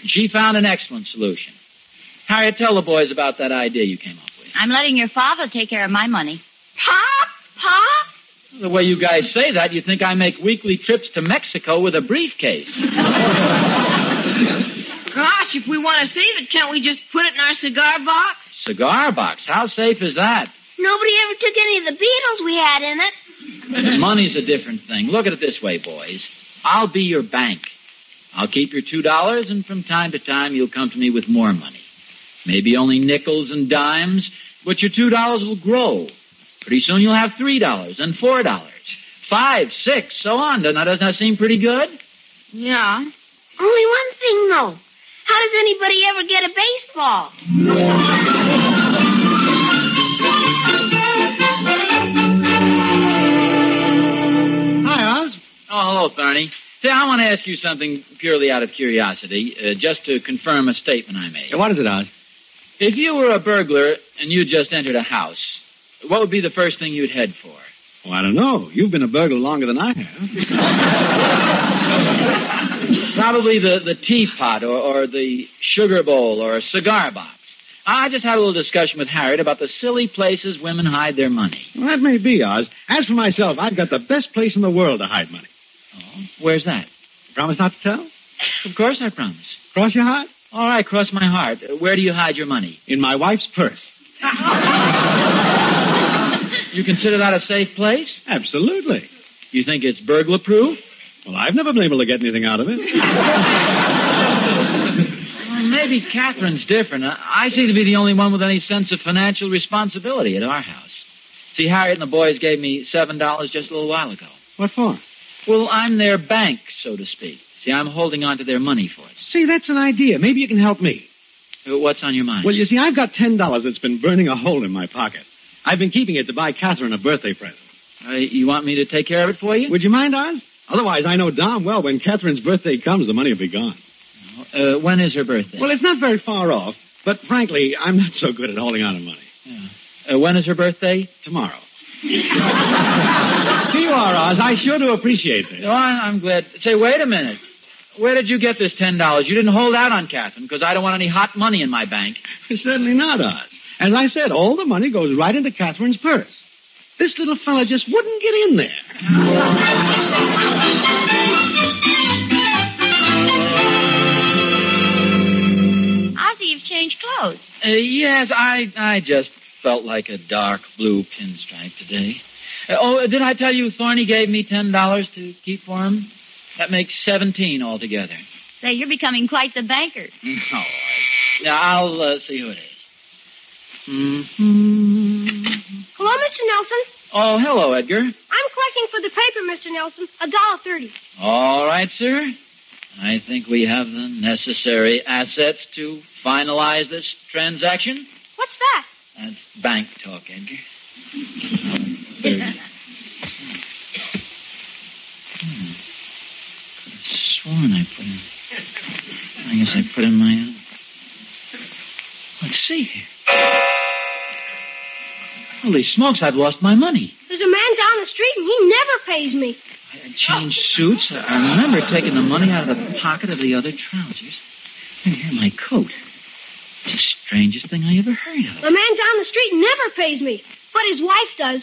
Speaker 14: She found an excellent solution. Harriet, tell the boys about that idea you came up
Speaker 12: I'm letting your father take care of my money.
Speaker 15: Pop? Pop?
Speaker 14: with. The way you guys say that, you think I make weekly trips to Mexico with a briefcase.
Speaker 15: Gosh, if we want to save it, can't we just put it in our cigar box?
Speaker 14: Cigar box. How safe is that?
Speaker 15: Nobody ever took any of the Beatles we had in it. [laughs]
Speaker 14: Money's a different thing. Look at it this way, boys. I'll be your bank. I'll keep your two dollars, and from time to time you'll come to me with more money. Maybe only nickels and dimes, but your two dollars will grow. Pretty soon you'll have three dollars and four dollars, five, six, so on. Now doesn't that seem pretty good?
Speaker 15: Yeah. Only one thing, though. How does anybody ever get a baseball?
Speaker 14: Hi, Oz. Oh, hello, Thorny. Say, I want to ask you something purely out of curiosity, uh, just to confirm a statement I made.
Speaker 16: what is it, Oz?
Speaker 14: If you were a burglar and you just entered a house, what would be the first thing you'd head for?
Speaker 16: Oh, I don't know. You've been a burglar longer than I have.
Speaker 14: Probably the, the teapot or, or the sugar bowl or a cigar box. I just had a little discussion with Harriet about the silly places women hide their money.
Speaker 16: Well, that may be, Oz. As for myself, I've got the best place in the world to hide money.
Speaker 14: Oh, Where's that?
Speaker 16: Promise not to tell?
Speaker 14: Of course I promise.
Speaker 16: Cross your heart?
Speaker 14: All right, cross my heart. Uh, Where do you hide your money?
Speaker 16: In my wife's purse.
Speaker 14: You consider that a safe place?
Speaker 16: Absolutely.
Speaker 14: You think it's burglar proof?
Speaker 16: Well, I've never been able to get anything out of it.
Speaker 14: Well, maybe Catherine's different. I I seem to be the only one with any sense of financial responsibility at our house. See, Harriet and the boys gave me $7 just a little while ago.
Speaker 16: What for?
Speaker 14: Well, I'm their bank, so to speak. See, I'm holding on to their money for them.
Speaker 16: See, that's an idea. Maybe you can help me.
Speaker 14: Uh, What's on your mind?
Speaker 16: Well, you see, I've got ten dollars that's been burning a hole in my pocket. I've been keeping it to buy Catherine a birthday present.
Speaker 14: Uh, you want me to take care of it for you?
Speaker 16: Would you mind, Oz? Otherwise, I know darn well when Catherine's birthday comes, the money will be gone.
Speaker 14: Uh, when is her birthday?
Speaker 16: Well, it's not very far off, but frankly, I'm not so good at holding on to money.
Speaker 14: Uh, when is her birthday?
Speaker 16: Tomorrow. Here you are, Oz. I sure do appreciate this.
Speaker 14: Oh, I- I'm glad. Say, wait a minute. Where did you get this ten dollars? You didn't hold out on Catherine because I don't want any hot money in my
Speaker 16: [laughs]
Speaker 14: bank.
Speaker 16: Certainly not, Oz. As I said, all the money goes right into Catherine's purse. This little fella just wouldn't get in there.
Speaker 12: change clothes.
Speaker 14: Uh, yes, I, I just felt like a dark blue pinstripe today. Uh, oh, did I tell you Thorny gave me $10 to keep for him? That makes 17 altogether.
Speaker 12: Say, you're becoming quite the banker.
Speaker 14: No, I, now I'll uh, see who it is. Mm-hmm.
Speaker 17: Hello, Mr. Nelson.
Speaker 14: Oh, hello, Edgar.
Speaker 17: I'm collecting for the paper, Mr. Nelson. A dollar thirty.
Speaker 14: All right, sir. I think we have the necessary assets to finalize this transaction.
Speaker 17: What's that?
Speaker 14: That's bank talk, Edgar. Sworn Hmm. I put in. I guess I put in my own. Let's see here. Holy smokes, I've lost my money.
Speaker 17: There's a man down the street and he never pays me.
Speaker 14: I changed suits. I- I remember taking the money out of the pocket of the other trousers. And here, my coat. It's the strangest thing I ever heard of.
Speaker 17: The man down the street never pays me, but his wife does.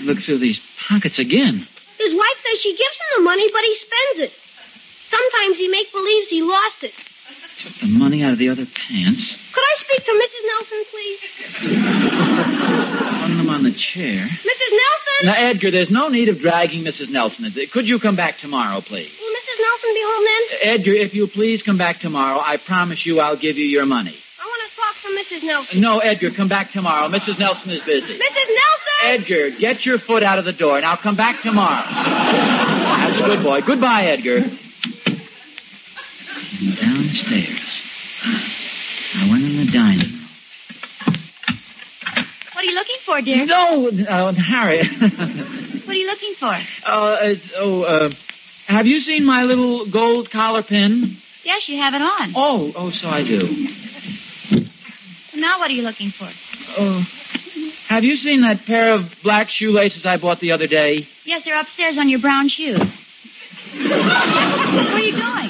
Speaker 14: Look through these pockets again.
Speaker 17: His wife says she gives him the money, but he spends it. Sometimes he make believes he lost it.
Speaker 14: Took the money out of the other pants.
Speaker 17: Could I speak to Mrs. Nelson,
Speaker 14: [laughs]
Speaker 17: please?
Speaker 14: Hung them on the chair.
Speaker 17: Mrs. Nelson?
Speaker 14: Now, Edgar, there's no need of dragging Mrs. Nelson. Could you come back tomorrow, please?
Speaker 17: Will Mrs. Nelson be home then?
Speaker 14: Edgar, if you please come back tomorrow, I promise you I'll give you your money.
Speaker 17: I want to talk to Mrs. Nelson.
Speaker 14: No, Edgar, come back tomorrow. Mrs. Nelson is busy.
Speaker 17: Mrs. Nelson!
Speaker 14: Edgar, get your foot out of the door, and I'll come back tomorrow. That's a good boy. Goodbye, Edgar. Came downstairs. I went in the dining room.
Speaker 12: What are you looking for, dear?
Speaker 14: No, uh, Harry. [laughs]
Speaker 12: What are you looking for?
Speaker 14: uh, it's- oh, uh, have you seen my little gold collar pin?
Speaker 12: Yes, you have it on.
Speaker 14: Oh, oh, so I do.
Speaker 12: Now what are you looking for?
Speaker 14: Oh, have you seen that pair of black shoelaces I bought the other day?
Speaker 12: Yes, they're upstairs on your brown shoes. Where are you going?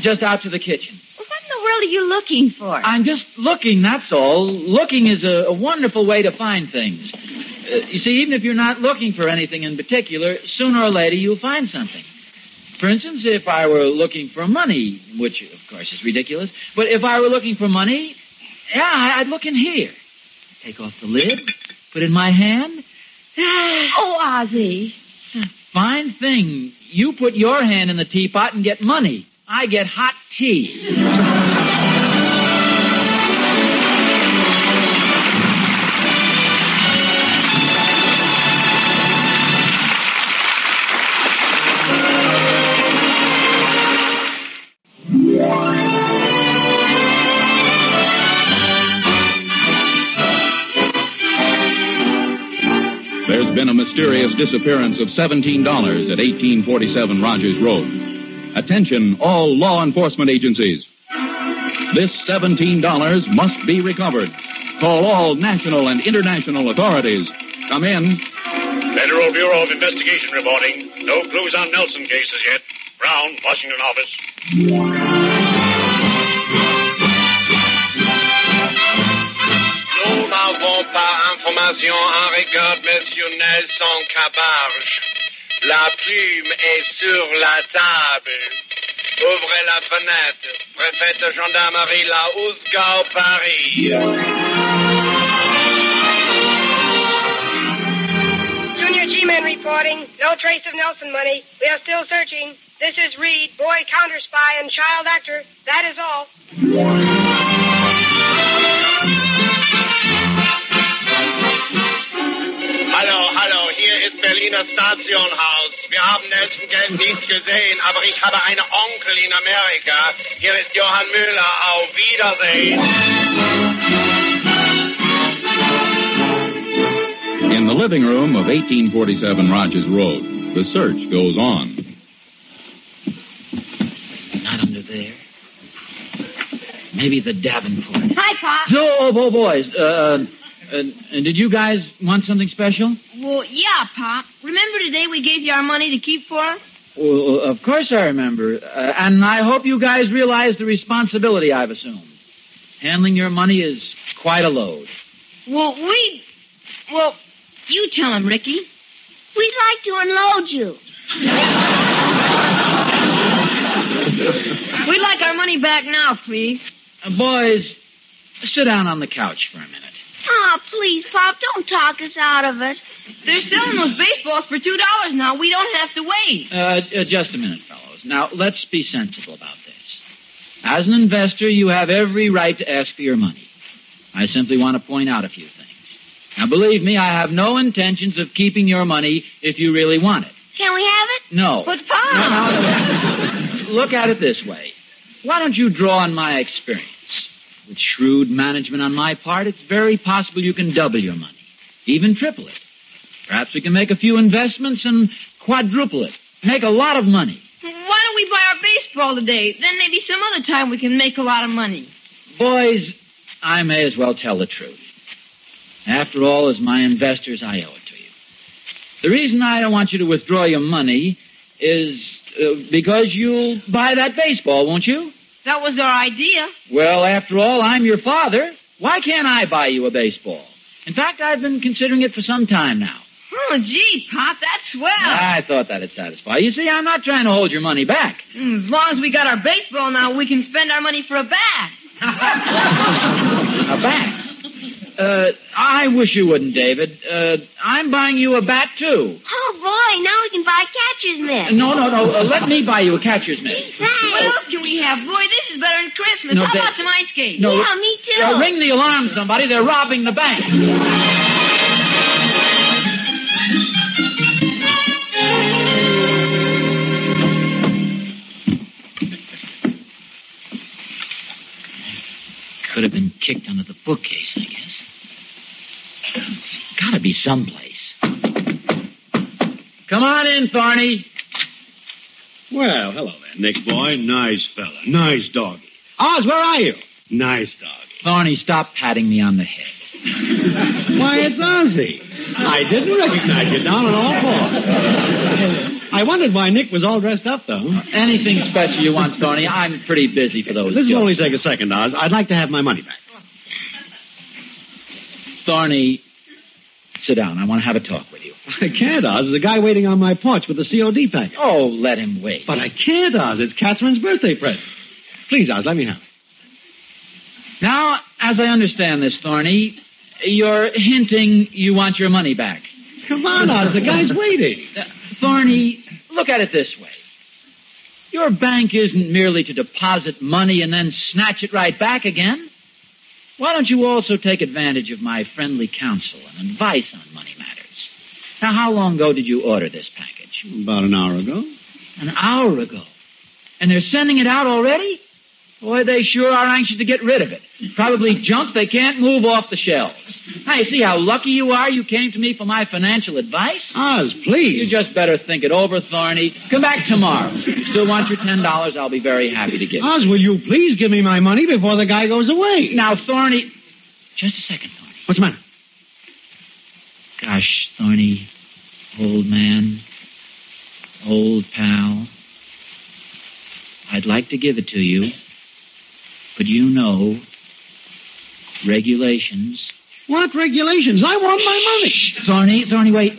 Speaker 14: Just out to the kitchen.
Speaker 12: What in the world are you looking for?
Speaker 14: I'm just looking, that's all. Looking is a, a wonderful way to find things. Uh, you see, even if you're not looking for anything in particular, sooner or later you'll find something. For instance, if I were looking for money, which of course is ridiculous, but if I were looking for money, yeah, I- I'd look in here. Take off the lid, put in my hand. [sighs]
Speaker 12: oh, Ozzy.
Speaker 14: Fine thing. You put your hand in the teapot and get money. I get hot tea.
Speaker 13: There's been a mysterious disappearance of $17 at 1847 Rogers Road. Attention, all law enforcement agencies. This $17 must be recovered. Call all national and international authorities. Come in.
Speaker 18: Federal Bureau of Investigation reporting. No clues on Nelson cases yet. Brown, Washington office.
Speaker 19: Nous n'avons pas information en regard Monsieur Nelson Cabarge. La plume est sur la table. Ouvrez la fenêtre. Préfète de gendarmerie La Housgau, Paris.
Speaker 17: Junior G-Men reporting. No trace of Nelson money. We are still searching. This is Reed, boy counter spy and child actor. That is all.
Speaker 19: Hallo, hallo, hier ist Berliner Stationhaus. Wir haben Nelson Geld nicht gesehen, aber ich habe einen Onkel in Amerika. Hier ist Johann Müller. Auf Wiedersehen.
Speaker 13: In the living room of 1847 Rogers Road, the search goes on.
Speaker 14: Not under there. Maybe the Davenport.
Speaker 12: Hi, Pop.
Speaker 14: So, oh, oh, boys, uh, uh, uh, did you guys want something special?
Speaker 12: Well, yeah, Pop. Remember today we gave you our money to keep for us?
Speaker 14: Well, uh, of course I remember. Uh, and I hope you guys realize the responsibility I've assumed. Handling your money is quite a load.
Speaker 12: Well, we. Well, you tell him, Ricky.
Speaker 17: We'd like to unload you.
Speaker 12: We'd like our money back now, please.
Speaker 14: Uh, boys, Sit down on the couch for a minute.
Speaker 15: Oh, please, Pop, don't talk us out of it. They're selling those baseballs for two dollars now. We don't have to wait.
Speaker 14: Uh, uh, just a minute, fellows. Now, let's be sensible about this. As an investor, you have every right to ask for your money. I simply want to point out a few things. Now, believe me, I have no intentions of keeping your money if you really want it.
Speaker 15: Can we have it?
Speaker 14: No.
Speaker 15: But Pop.
Speaker 14: Look at it this way. Why don't you draw on my experience? With shrewd management on my part, it's very possible you can double your money, even triple it. Perhaps we can make a few investments and quadruple it, make a lot of money.
Speaker 15: Why don't we buy our baseball today? Then maybe some other time we can make a lot of money.
Speaker 14: Boys, I may as well tell the truth. After all, as my investors, I owe it to you. The reason I don't want you to withdraw your money is uh, because you'll buy that baseball, won't you?
Speaker 15: That was our idea.
Speaker 14: Well, after all, I'm your father. Why can't I buy you a baseball? In fact, I've been considering it for some time now.
Speaker 15: Oh, gee, Pop, that's swell.
Speaker 14: I thought that'd satisfy. You see, I'm not trying to hold your money back.
Speaker 15: Mm, As long as we got our baseball now, we can spend our money for a bat.
Speaker 14: [laughs] A
Speaker 15: [laughs]
Speaker 14: bat? Uh, I wish you wouldn't, David. Uh, I'm buying you a bat, too.
Speaker 15: oh, boy, now we can buy catcher's mitt.
Speaker 14: No, no, no. Uh, let me buy you a catcher's mitt.
Speaker 15: Hmm, What else can we have? Boy, this is better than Christmas.
Speaker 14: No,
Speaker 15: How
Speaker 14: that-
Speaker 15: about some ice skates?
Speaker 14: No.
Speaker 15: yeah, me too.
Speaker 14: Now, ring the alarm, somebody. They're robbing the bank. Could have been kicked under the bookcase, I guess. It's gotta be someplace. Come on in, Thorny.
Speaker 16: Well, hello there, Nick boy. Nice fella. Nice doggy. Oz, where are you? Nice dog.
Speaker 14: Thorny, stop patting me on the head.
Speaker 16: [laughs] Why, it's Ozzy. I didn't recognize you down on all fours. I wondered why Nick was all dressed up, though.
Speaker 14: Anything special you want, Thorny? I'm pretty busy for those.
Speaker 16: This will
Speaker 14: jokes.
Speaker 16: only take a second, Oz. I'd like to have my money back.
Speaker 14: Thorny, sit down. I want to have a talk with you.
Speaker 16: I can't, Oz. There's a guy waiting on my porch with a COD package.
Speaker 14: Oh, let him wait.
Speaker 16: But I can't, Oz. It's Catherine's birthday present. Please, Oz, let me have it.
Speaker 14: Now, as I understand this, Thorny, you're hinting you want your money back.
Speaker 16: Come on, Oz. The guy's waiting.
Speaker 14: Thorny, look at it this way. Your bank isn't merely to deposit money and then snatch it right back again. Why don't you also take advantage of my friendly counsel and advice on money matters? Now, how long ago did you order this package?
Speaker 16: About an hour ago.
Speaker 14: An hour ago. And they're sending it out already? Boy, they sure are anxious to get rid of it. Probably junk they can't move off the shelves. Hey, see how lucky you are you came to me for my financial advice?
Speaker 16: Oz, please.
Speaker 14: You just better think it over, Thorny. Come back tomorrow. Still want your $10? I'll be very happy to give it.
Speaker 16: Oz, will you please give me my money before the guy goes away?
Speaker 14: Now, Thorny. Just a second, Thorny.
Speaker 16: What's the matter?
Speaker 14: Gosh, Thorny, old man, old pal, I'd like to give it to you, but you know regulations.
Speaker 16: What regulations? I want my money.
Speaker 14: Thorny, Thorny, wait.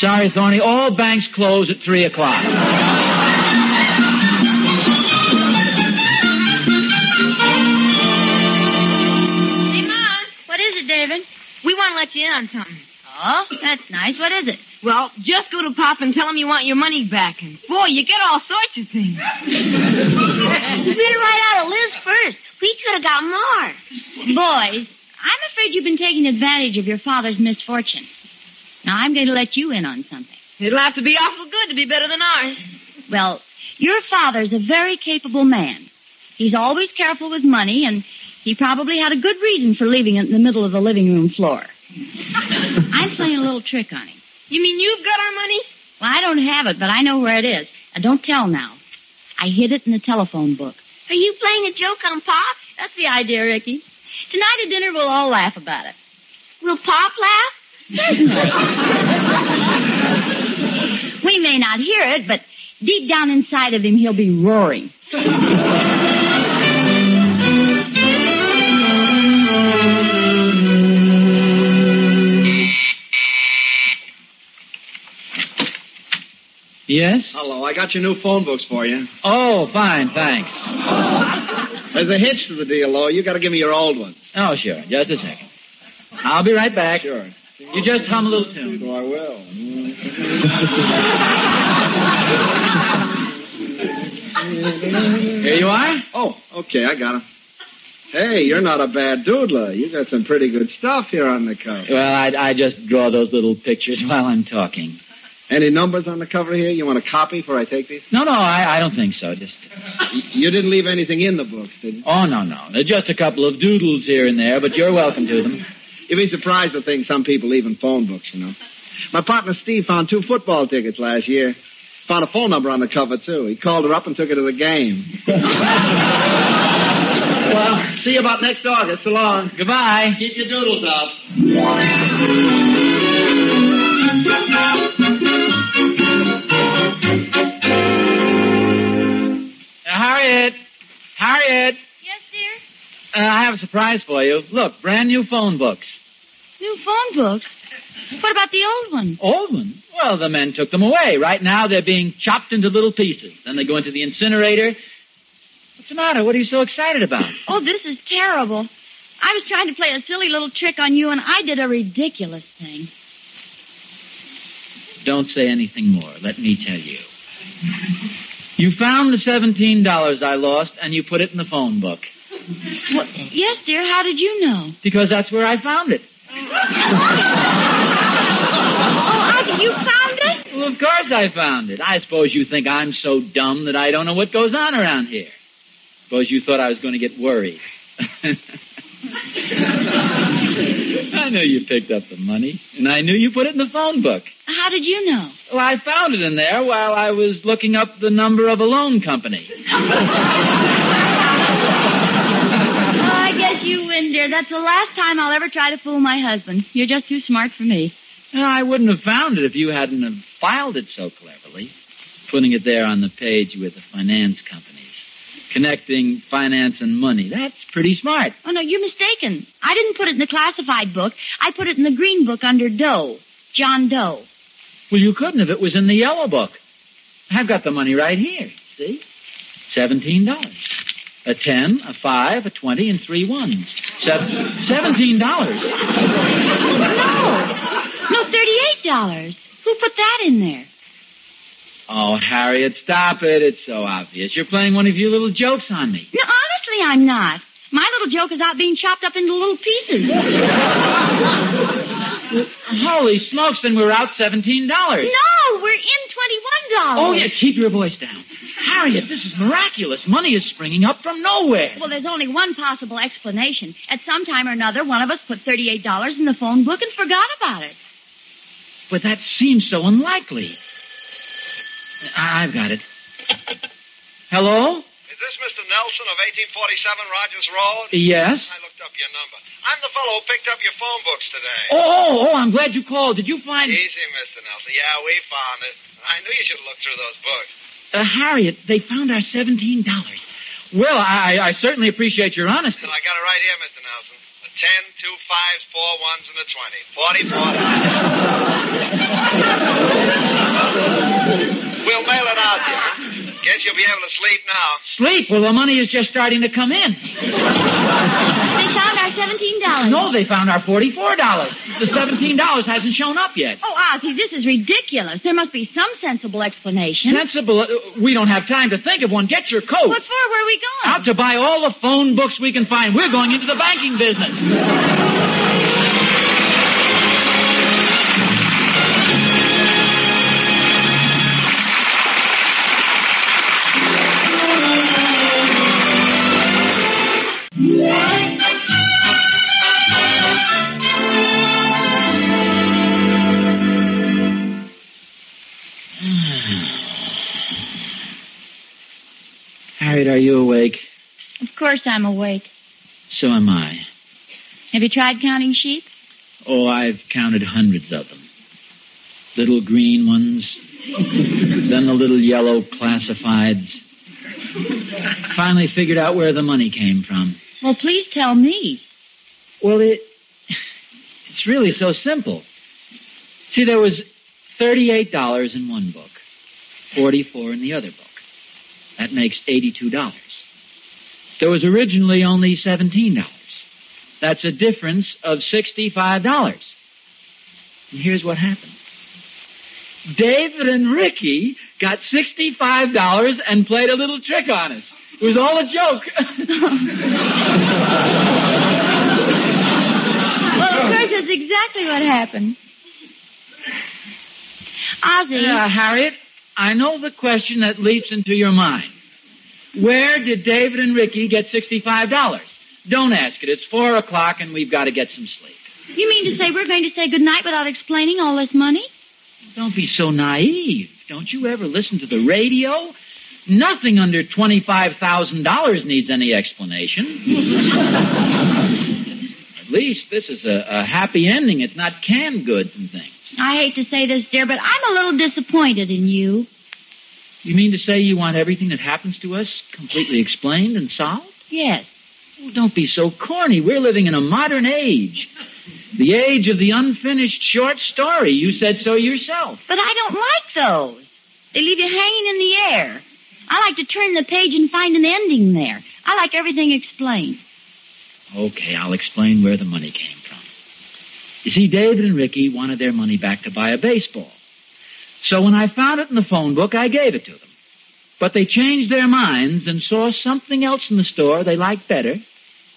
Speaker 14: Sorry, Thorny, all banks close at 3 o'clock.
Speaker 17: [laughs]
Speaker 15: Hey, Mom, what is it, David? We want to let you in on something. Oh, that's nice. What is it? Well, just go to Pop and tell him you want your money back. And boy, you get all sorts of [laughs] things.
Speaker 20: You
Speaker 15: better write out a list first. We could have got more. Boys, I'm afraid you've been taking advantage of your father's misfortune. Now I'm going to let you in on something. It'll have to be awful good to be better than ours. Well, your father's a very capable man. He's always careful with money, and he probably had a good reason for leaving it in the middle of the living room [laughs] floor. I'm playing a little trick on him. You mean you've got our money? Well, I don't have it, but I know where it is. And don't tell now. I hid it in the telephone book. Are you playing a joke on Pop? That's the idea, Ricky. Tonight at dinner, we'll all laugh about it. Will Pop [laughs] laugh? we may not hear it, but deep down inside of him, he'll be roaring.
Speaker 14: Yes?
Speaker 21: Hello, I got your new phone books for you.
Speaker 14: Oh, fine, [laughs] thanks.
Speaker 21: There's a hitch to the deal, though. You gotta give me your old one.
Speaker 14: Oh, sure. Just a second. I'll be right back. Sure. You just hum a little tune.
Speaker 21: Oh, I will.
Speaker 14: [laughs] Here you are.
Speaker 21: Oh, okay, I got him. Hey, you're not a bad doodler. You got some pretty good stuff here on the cover.
Speaker 14: Well, I, I just draw those little pictures [laughs] while I'm talking.
Speaker 21: Any numbers on the cover here? You want a copy before I
Speaker 14: [laughs]
Speaker 21: take these?
Speaker 14: No, no, I, I don't think so. Just
Speaker 21: You didn't leave anything in the books, did you?
Speaker 14: oh no, no, They're just a couple of doodles here and there, but you're welcome to them.
Speaker 21: [laughs] You'd be surprised at things some people leave in phone books, you know. My partner Steve found two football tickets last year. Found a phone number on the cover, too. He called her up and took her to the game. well, see you about next August. So long. Goodbye.
Speaker 14: Keep your doodles up. Now, Harriet, Harriet,
Speaker 12: Yes, dear.
Speaker 14: uh, I have a surprise for you. Look, brand new phone books.
Speaker 12: New phone book. What about the old one?
Speaker 14: Old one? Well, the men took them away. Right now, they're being chopped into little pieces. Then they go into the incinerator. What's the matter? What are you so excited about?
Speaker 12: Oh, this is terrible. I was trying to play a silly little trick on you, and I did a ridiculous thing.
Speaker 14: Don't say anything more. Let me tell you. You found the $17 I lost and you put it in the phone book.
Speaker 12: Well, yes, dear. How did you
Speaker 15: [laughs]
Speaker 12: know?
Speaker 14: Because that's where I found it.
Speaker 12: Oh, Ike, you found it?
Speaker 14: Well, of course I found it. I suppose you think I'm so dumb that I don't know what goes on around here. Suppose you thought I was going to get worried. [laughs] I knew you picked up the money, and I knew you put it in the phone book.
Speaker 12: How did you know?
Speaker 14: Well, I found it in there while I was looking up the number of a loan company.
Speaker 12: Well, Oh, I guess you win, dear. That's the last time I'll ever try to fool my husband. You're just too smart for me.
Speaker 14: You know, I wouldn't have found it if you hadn't have filed it so cleverly, putting it there on the page with the finance companies, connecting finance and money. That's pretty smart.
Speaker 12: Oh, no, you're mistaken. I didn't put it in the classified book. I put it in the green book under Doe. John Doe.
Speaker 14: Well, you couldn't have. It was in the yellow book. I've got the money right here. See? Seventeen dollars. A ten, a five, a twenty, and three ones. Seven, Seventeen dollars.
Speaker 12: No, $38. Who put that in there?
Speaker 14: Oh, Harriet, stop it. It's so obvious. You're playing one of your little jokes on me.
Speaker 12: No, honestly, I'm not. My little joke is out being chopped up into little pieces.
Speaker 14: Holy smokes, then we're out seventeen dollars.
Speaker 12: No, we're in $21.
Speaker 14: Oh, yeah, keep your voice down. Harriet, this is miraculous. Money is springing up from nowhere.
Speaker 12: Well, there's only one possible explanation. At some time or another, one of us put $38 in the phone book and forgot about it.
Speaker 14: But that seems so unlikely. I- I've got it. Hello?
Speaker 10: Is this Mr. Nelson of 1847 Rogers Road?
Speaker 14: Yes.
Speaker 10: I looked up your number. I'm the fellow who picked up your phone books today.
Speaker 14: Oh, oh, oh, I'm glad you called. Did you find.
Speaker 10: Easy, Mr. Nelson. Yeah, we found it. I knew you should look through those books.
Speaker 14: Uh, Harriet, they found our $17. Well, I, I certainly appreciate your honesty.
Speaker 10: And I got it right here, Mr. Nelson. The 10, two fives, four ones, and the 20. 44 We'll mail it out to you. huh? Guess you'll be able to sleep now.
Speaker 14: Sleep? Well, the money is just starting to come in.
Speaker 12: They found our $17.
Speaker 14: No, they found our $44. The $17 hasn't shown up yet.
Speaker 12: Oh, Ozzy, this is ridiculous. There must be some sensible explanation.
Speaker 14: Sensible. uh, We don't have time to think of one. Get your coat.
Speaker 12: What for? Where are we going?
Speaker 14: Out to buy all the phone books we can find. We're going into the banking business. Harriet, are you awake?
Speaker 12: Of course I'm awake.
Speaker 14: So am I.
Speaker 12: Have you tried counting sheep?
Speaker 14: Oh, I've counted hundreds of them. Little green ones, then the little yellow classifieds. Finally figured out where the money came from.
Speaker 12: Well, please tell me.
Speaker 14: Well, it... It's really so simple. See, there was $38 in one book, 44 in the other book. That makes $82. There was originally only $17. That's a difference of $65. And here's what happened. David and Ricky got $65 and played a little trick on us. It was all a joke.
Speaker 15: Well, of course, that's exactly what happened. Ozzy.
Speaker 14: Yeah, Uh, Harriet, I know the question that leaps into your mind. Where did David and Ricky get $65? Don't ask it. It's four o'clock and we've got to get some sleep.
Speaker 15: You mean to say we're going to say goodnight without explaining all this money?
Speaker 14: Don't be so naive. Don't you ever listen to the radio? Nothing under $25,000 needs any explanation. [laughs] At least this is a, a happy ending. It's not canned goods and things.
Speaker 15: I hate to say this, dear, but I'm a little disappointed in you.
Speaker 14: You mean to say you want everything that happens to us completely explained and solved?
Speaker 15: Yes.
Speaker 14: Oh, don't be so corny. We're living in a modern age. The age of the unfinished short story. You said so yourself.
Speaker 15: But I don't like those. They leave you hanging in the air. I like to turn the page and find an ending there. I like everything explained.
Speaker 14: Okay, I'll explain where the money came from. You see, David and Ricky wanted their money back to buy a baseball. So when I found it in the phone book, I gave it to them. But they changed their minds and saw something else in the store they liked better,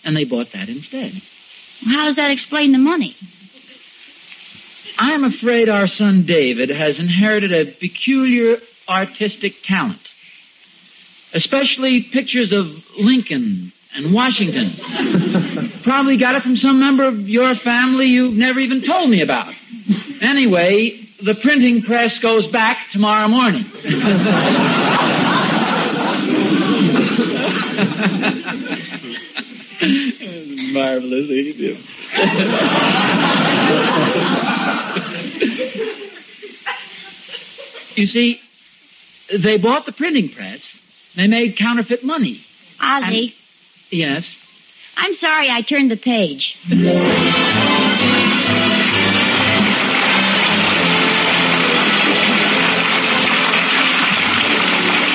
Speaker 14: and they bought that instead.
Speaker 15: How does that explain the money?
Speaker 14: I'm afraid our son David has inherited a peculiar artistic talent, especially pictures of Lincoln and Washington. Probably got it from some member of your family you've never even told me about. Anyway, the printing press goes back tomorrow morning. [laughs] Marvelous. Thank you. You see, they bought the printing press. They made counterfeit money.
Speaker 15: Ozzy,
Speaker 14: Yes.
Speaker 15: I'm sorry I turned the page.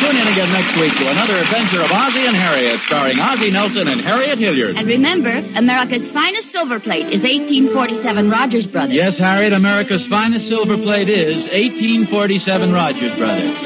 Speaker 13: Tune in again next week to another adventure of Ozzie and Harriet, starring Ozzie Nelson and Harriet Hilliard.
Speaker 15: And remember, America's finest silver plate is 1847 Rogers Brothers.
Speaker 13: Yes, Harriet, America's finest silver plate is 1847 Rogers Brothers.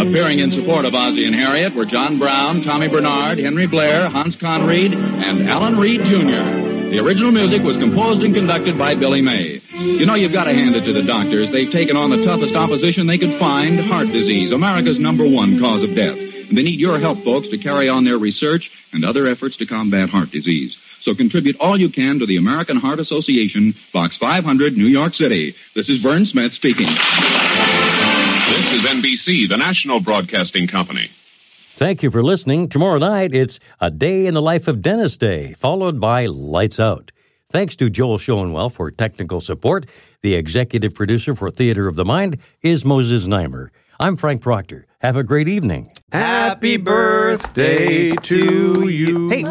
Speaker 13: Appearing in support of Ozzie and Harriet were John Brown, Tommy Bernard, Henry Blair, Hans Conried, and Alan Reed Jr. The original music was composed and conducted by Billy May. You know, you've got to hand it to the doctors. They've taken on the toughest opposition they could find heart disease, America's number one cause of death. They need your help, folks, to carry on their research and other efforts to combat heart disease. So contribute all you can to the American Heart Association, Box 500, New York City. This is Vern Smith speaking.
Speaker 6: This is NBC, the national broadcasting company.
Speaker 5: Thank you for listening. Tomorrow night, it's A Day in the Life of Dennis Day, followed by Lights Out. Thanks to Joel Schoenwell for technical support. The executive producer for Theater of the Mind is Moses Neimer. I'm Frank Proctor. Have a great evening.
Speaker 2: Happy birthday to you. Hey,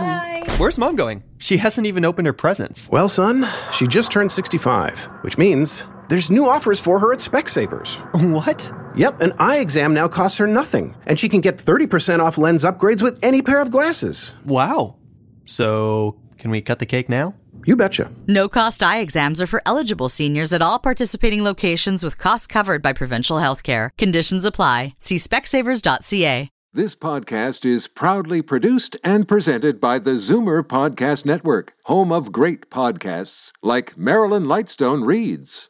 Speaker 2: where's mom going? She hasn't even opened her presents.
Speaker 1: Well, son, she just turned 65, which means there's new offers for her at Specsavers.
Speaker 2: What?
Speaker 1: Yep, an eye exam now costs her nothing, and she can get 30% off lens upgrades with any pair of glasses.
Speaker 2: Wow. So, can we cut the cake now?
Speaker 1: You betcha.
Speaker 3: No cost eye exams are for eligible seniors at all participating locations with costs covered by provincial health care. Conditions apply. See specsavers.ca.
Speaker 4: This podcast is proudly produced and presented by the Zoomer Podcast Network, home of great podcasts like Marilyn Lightstone Reads,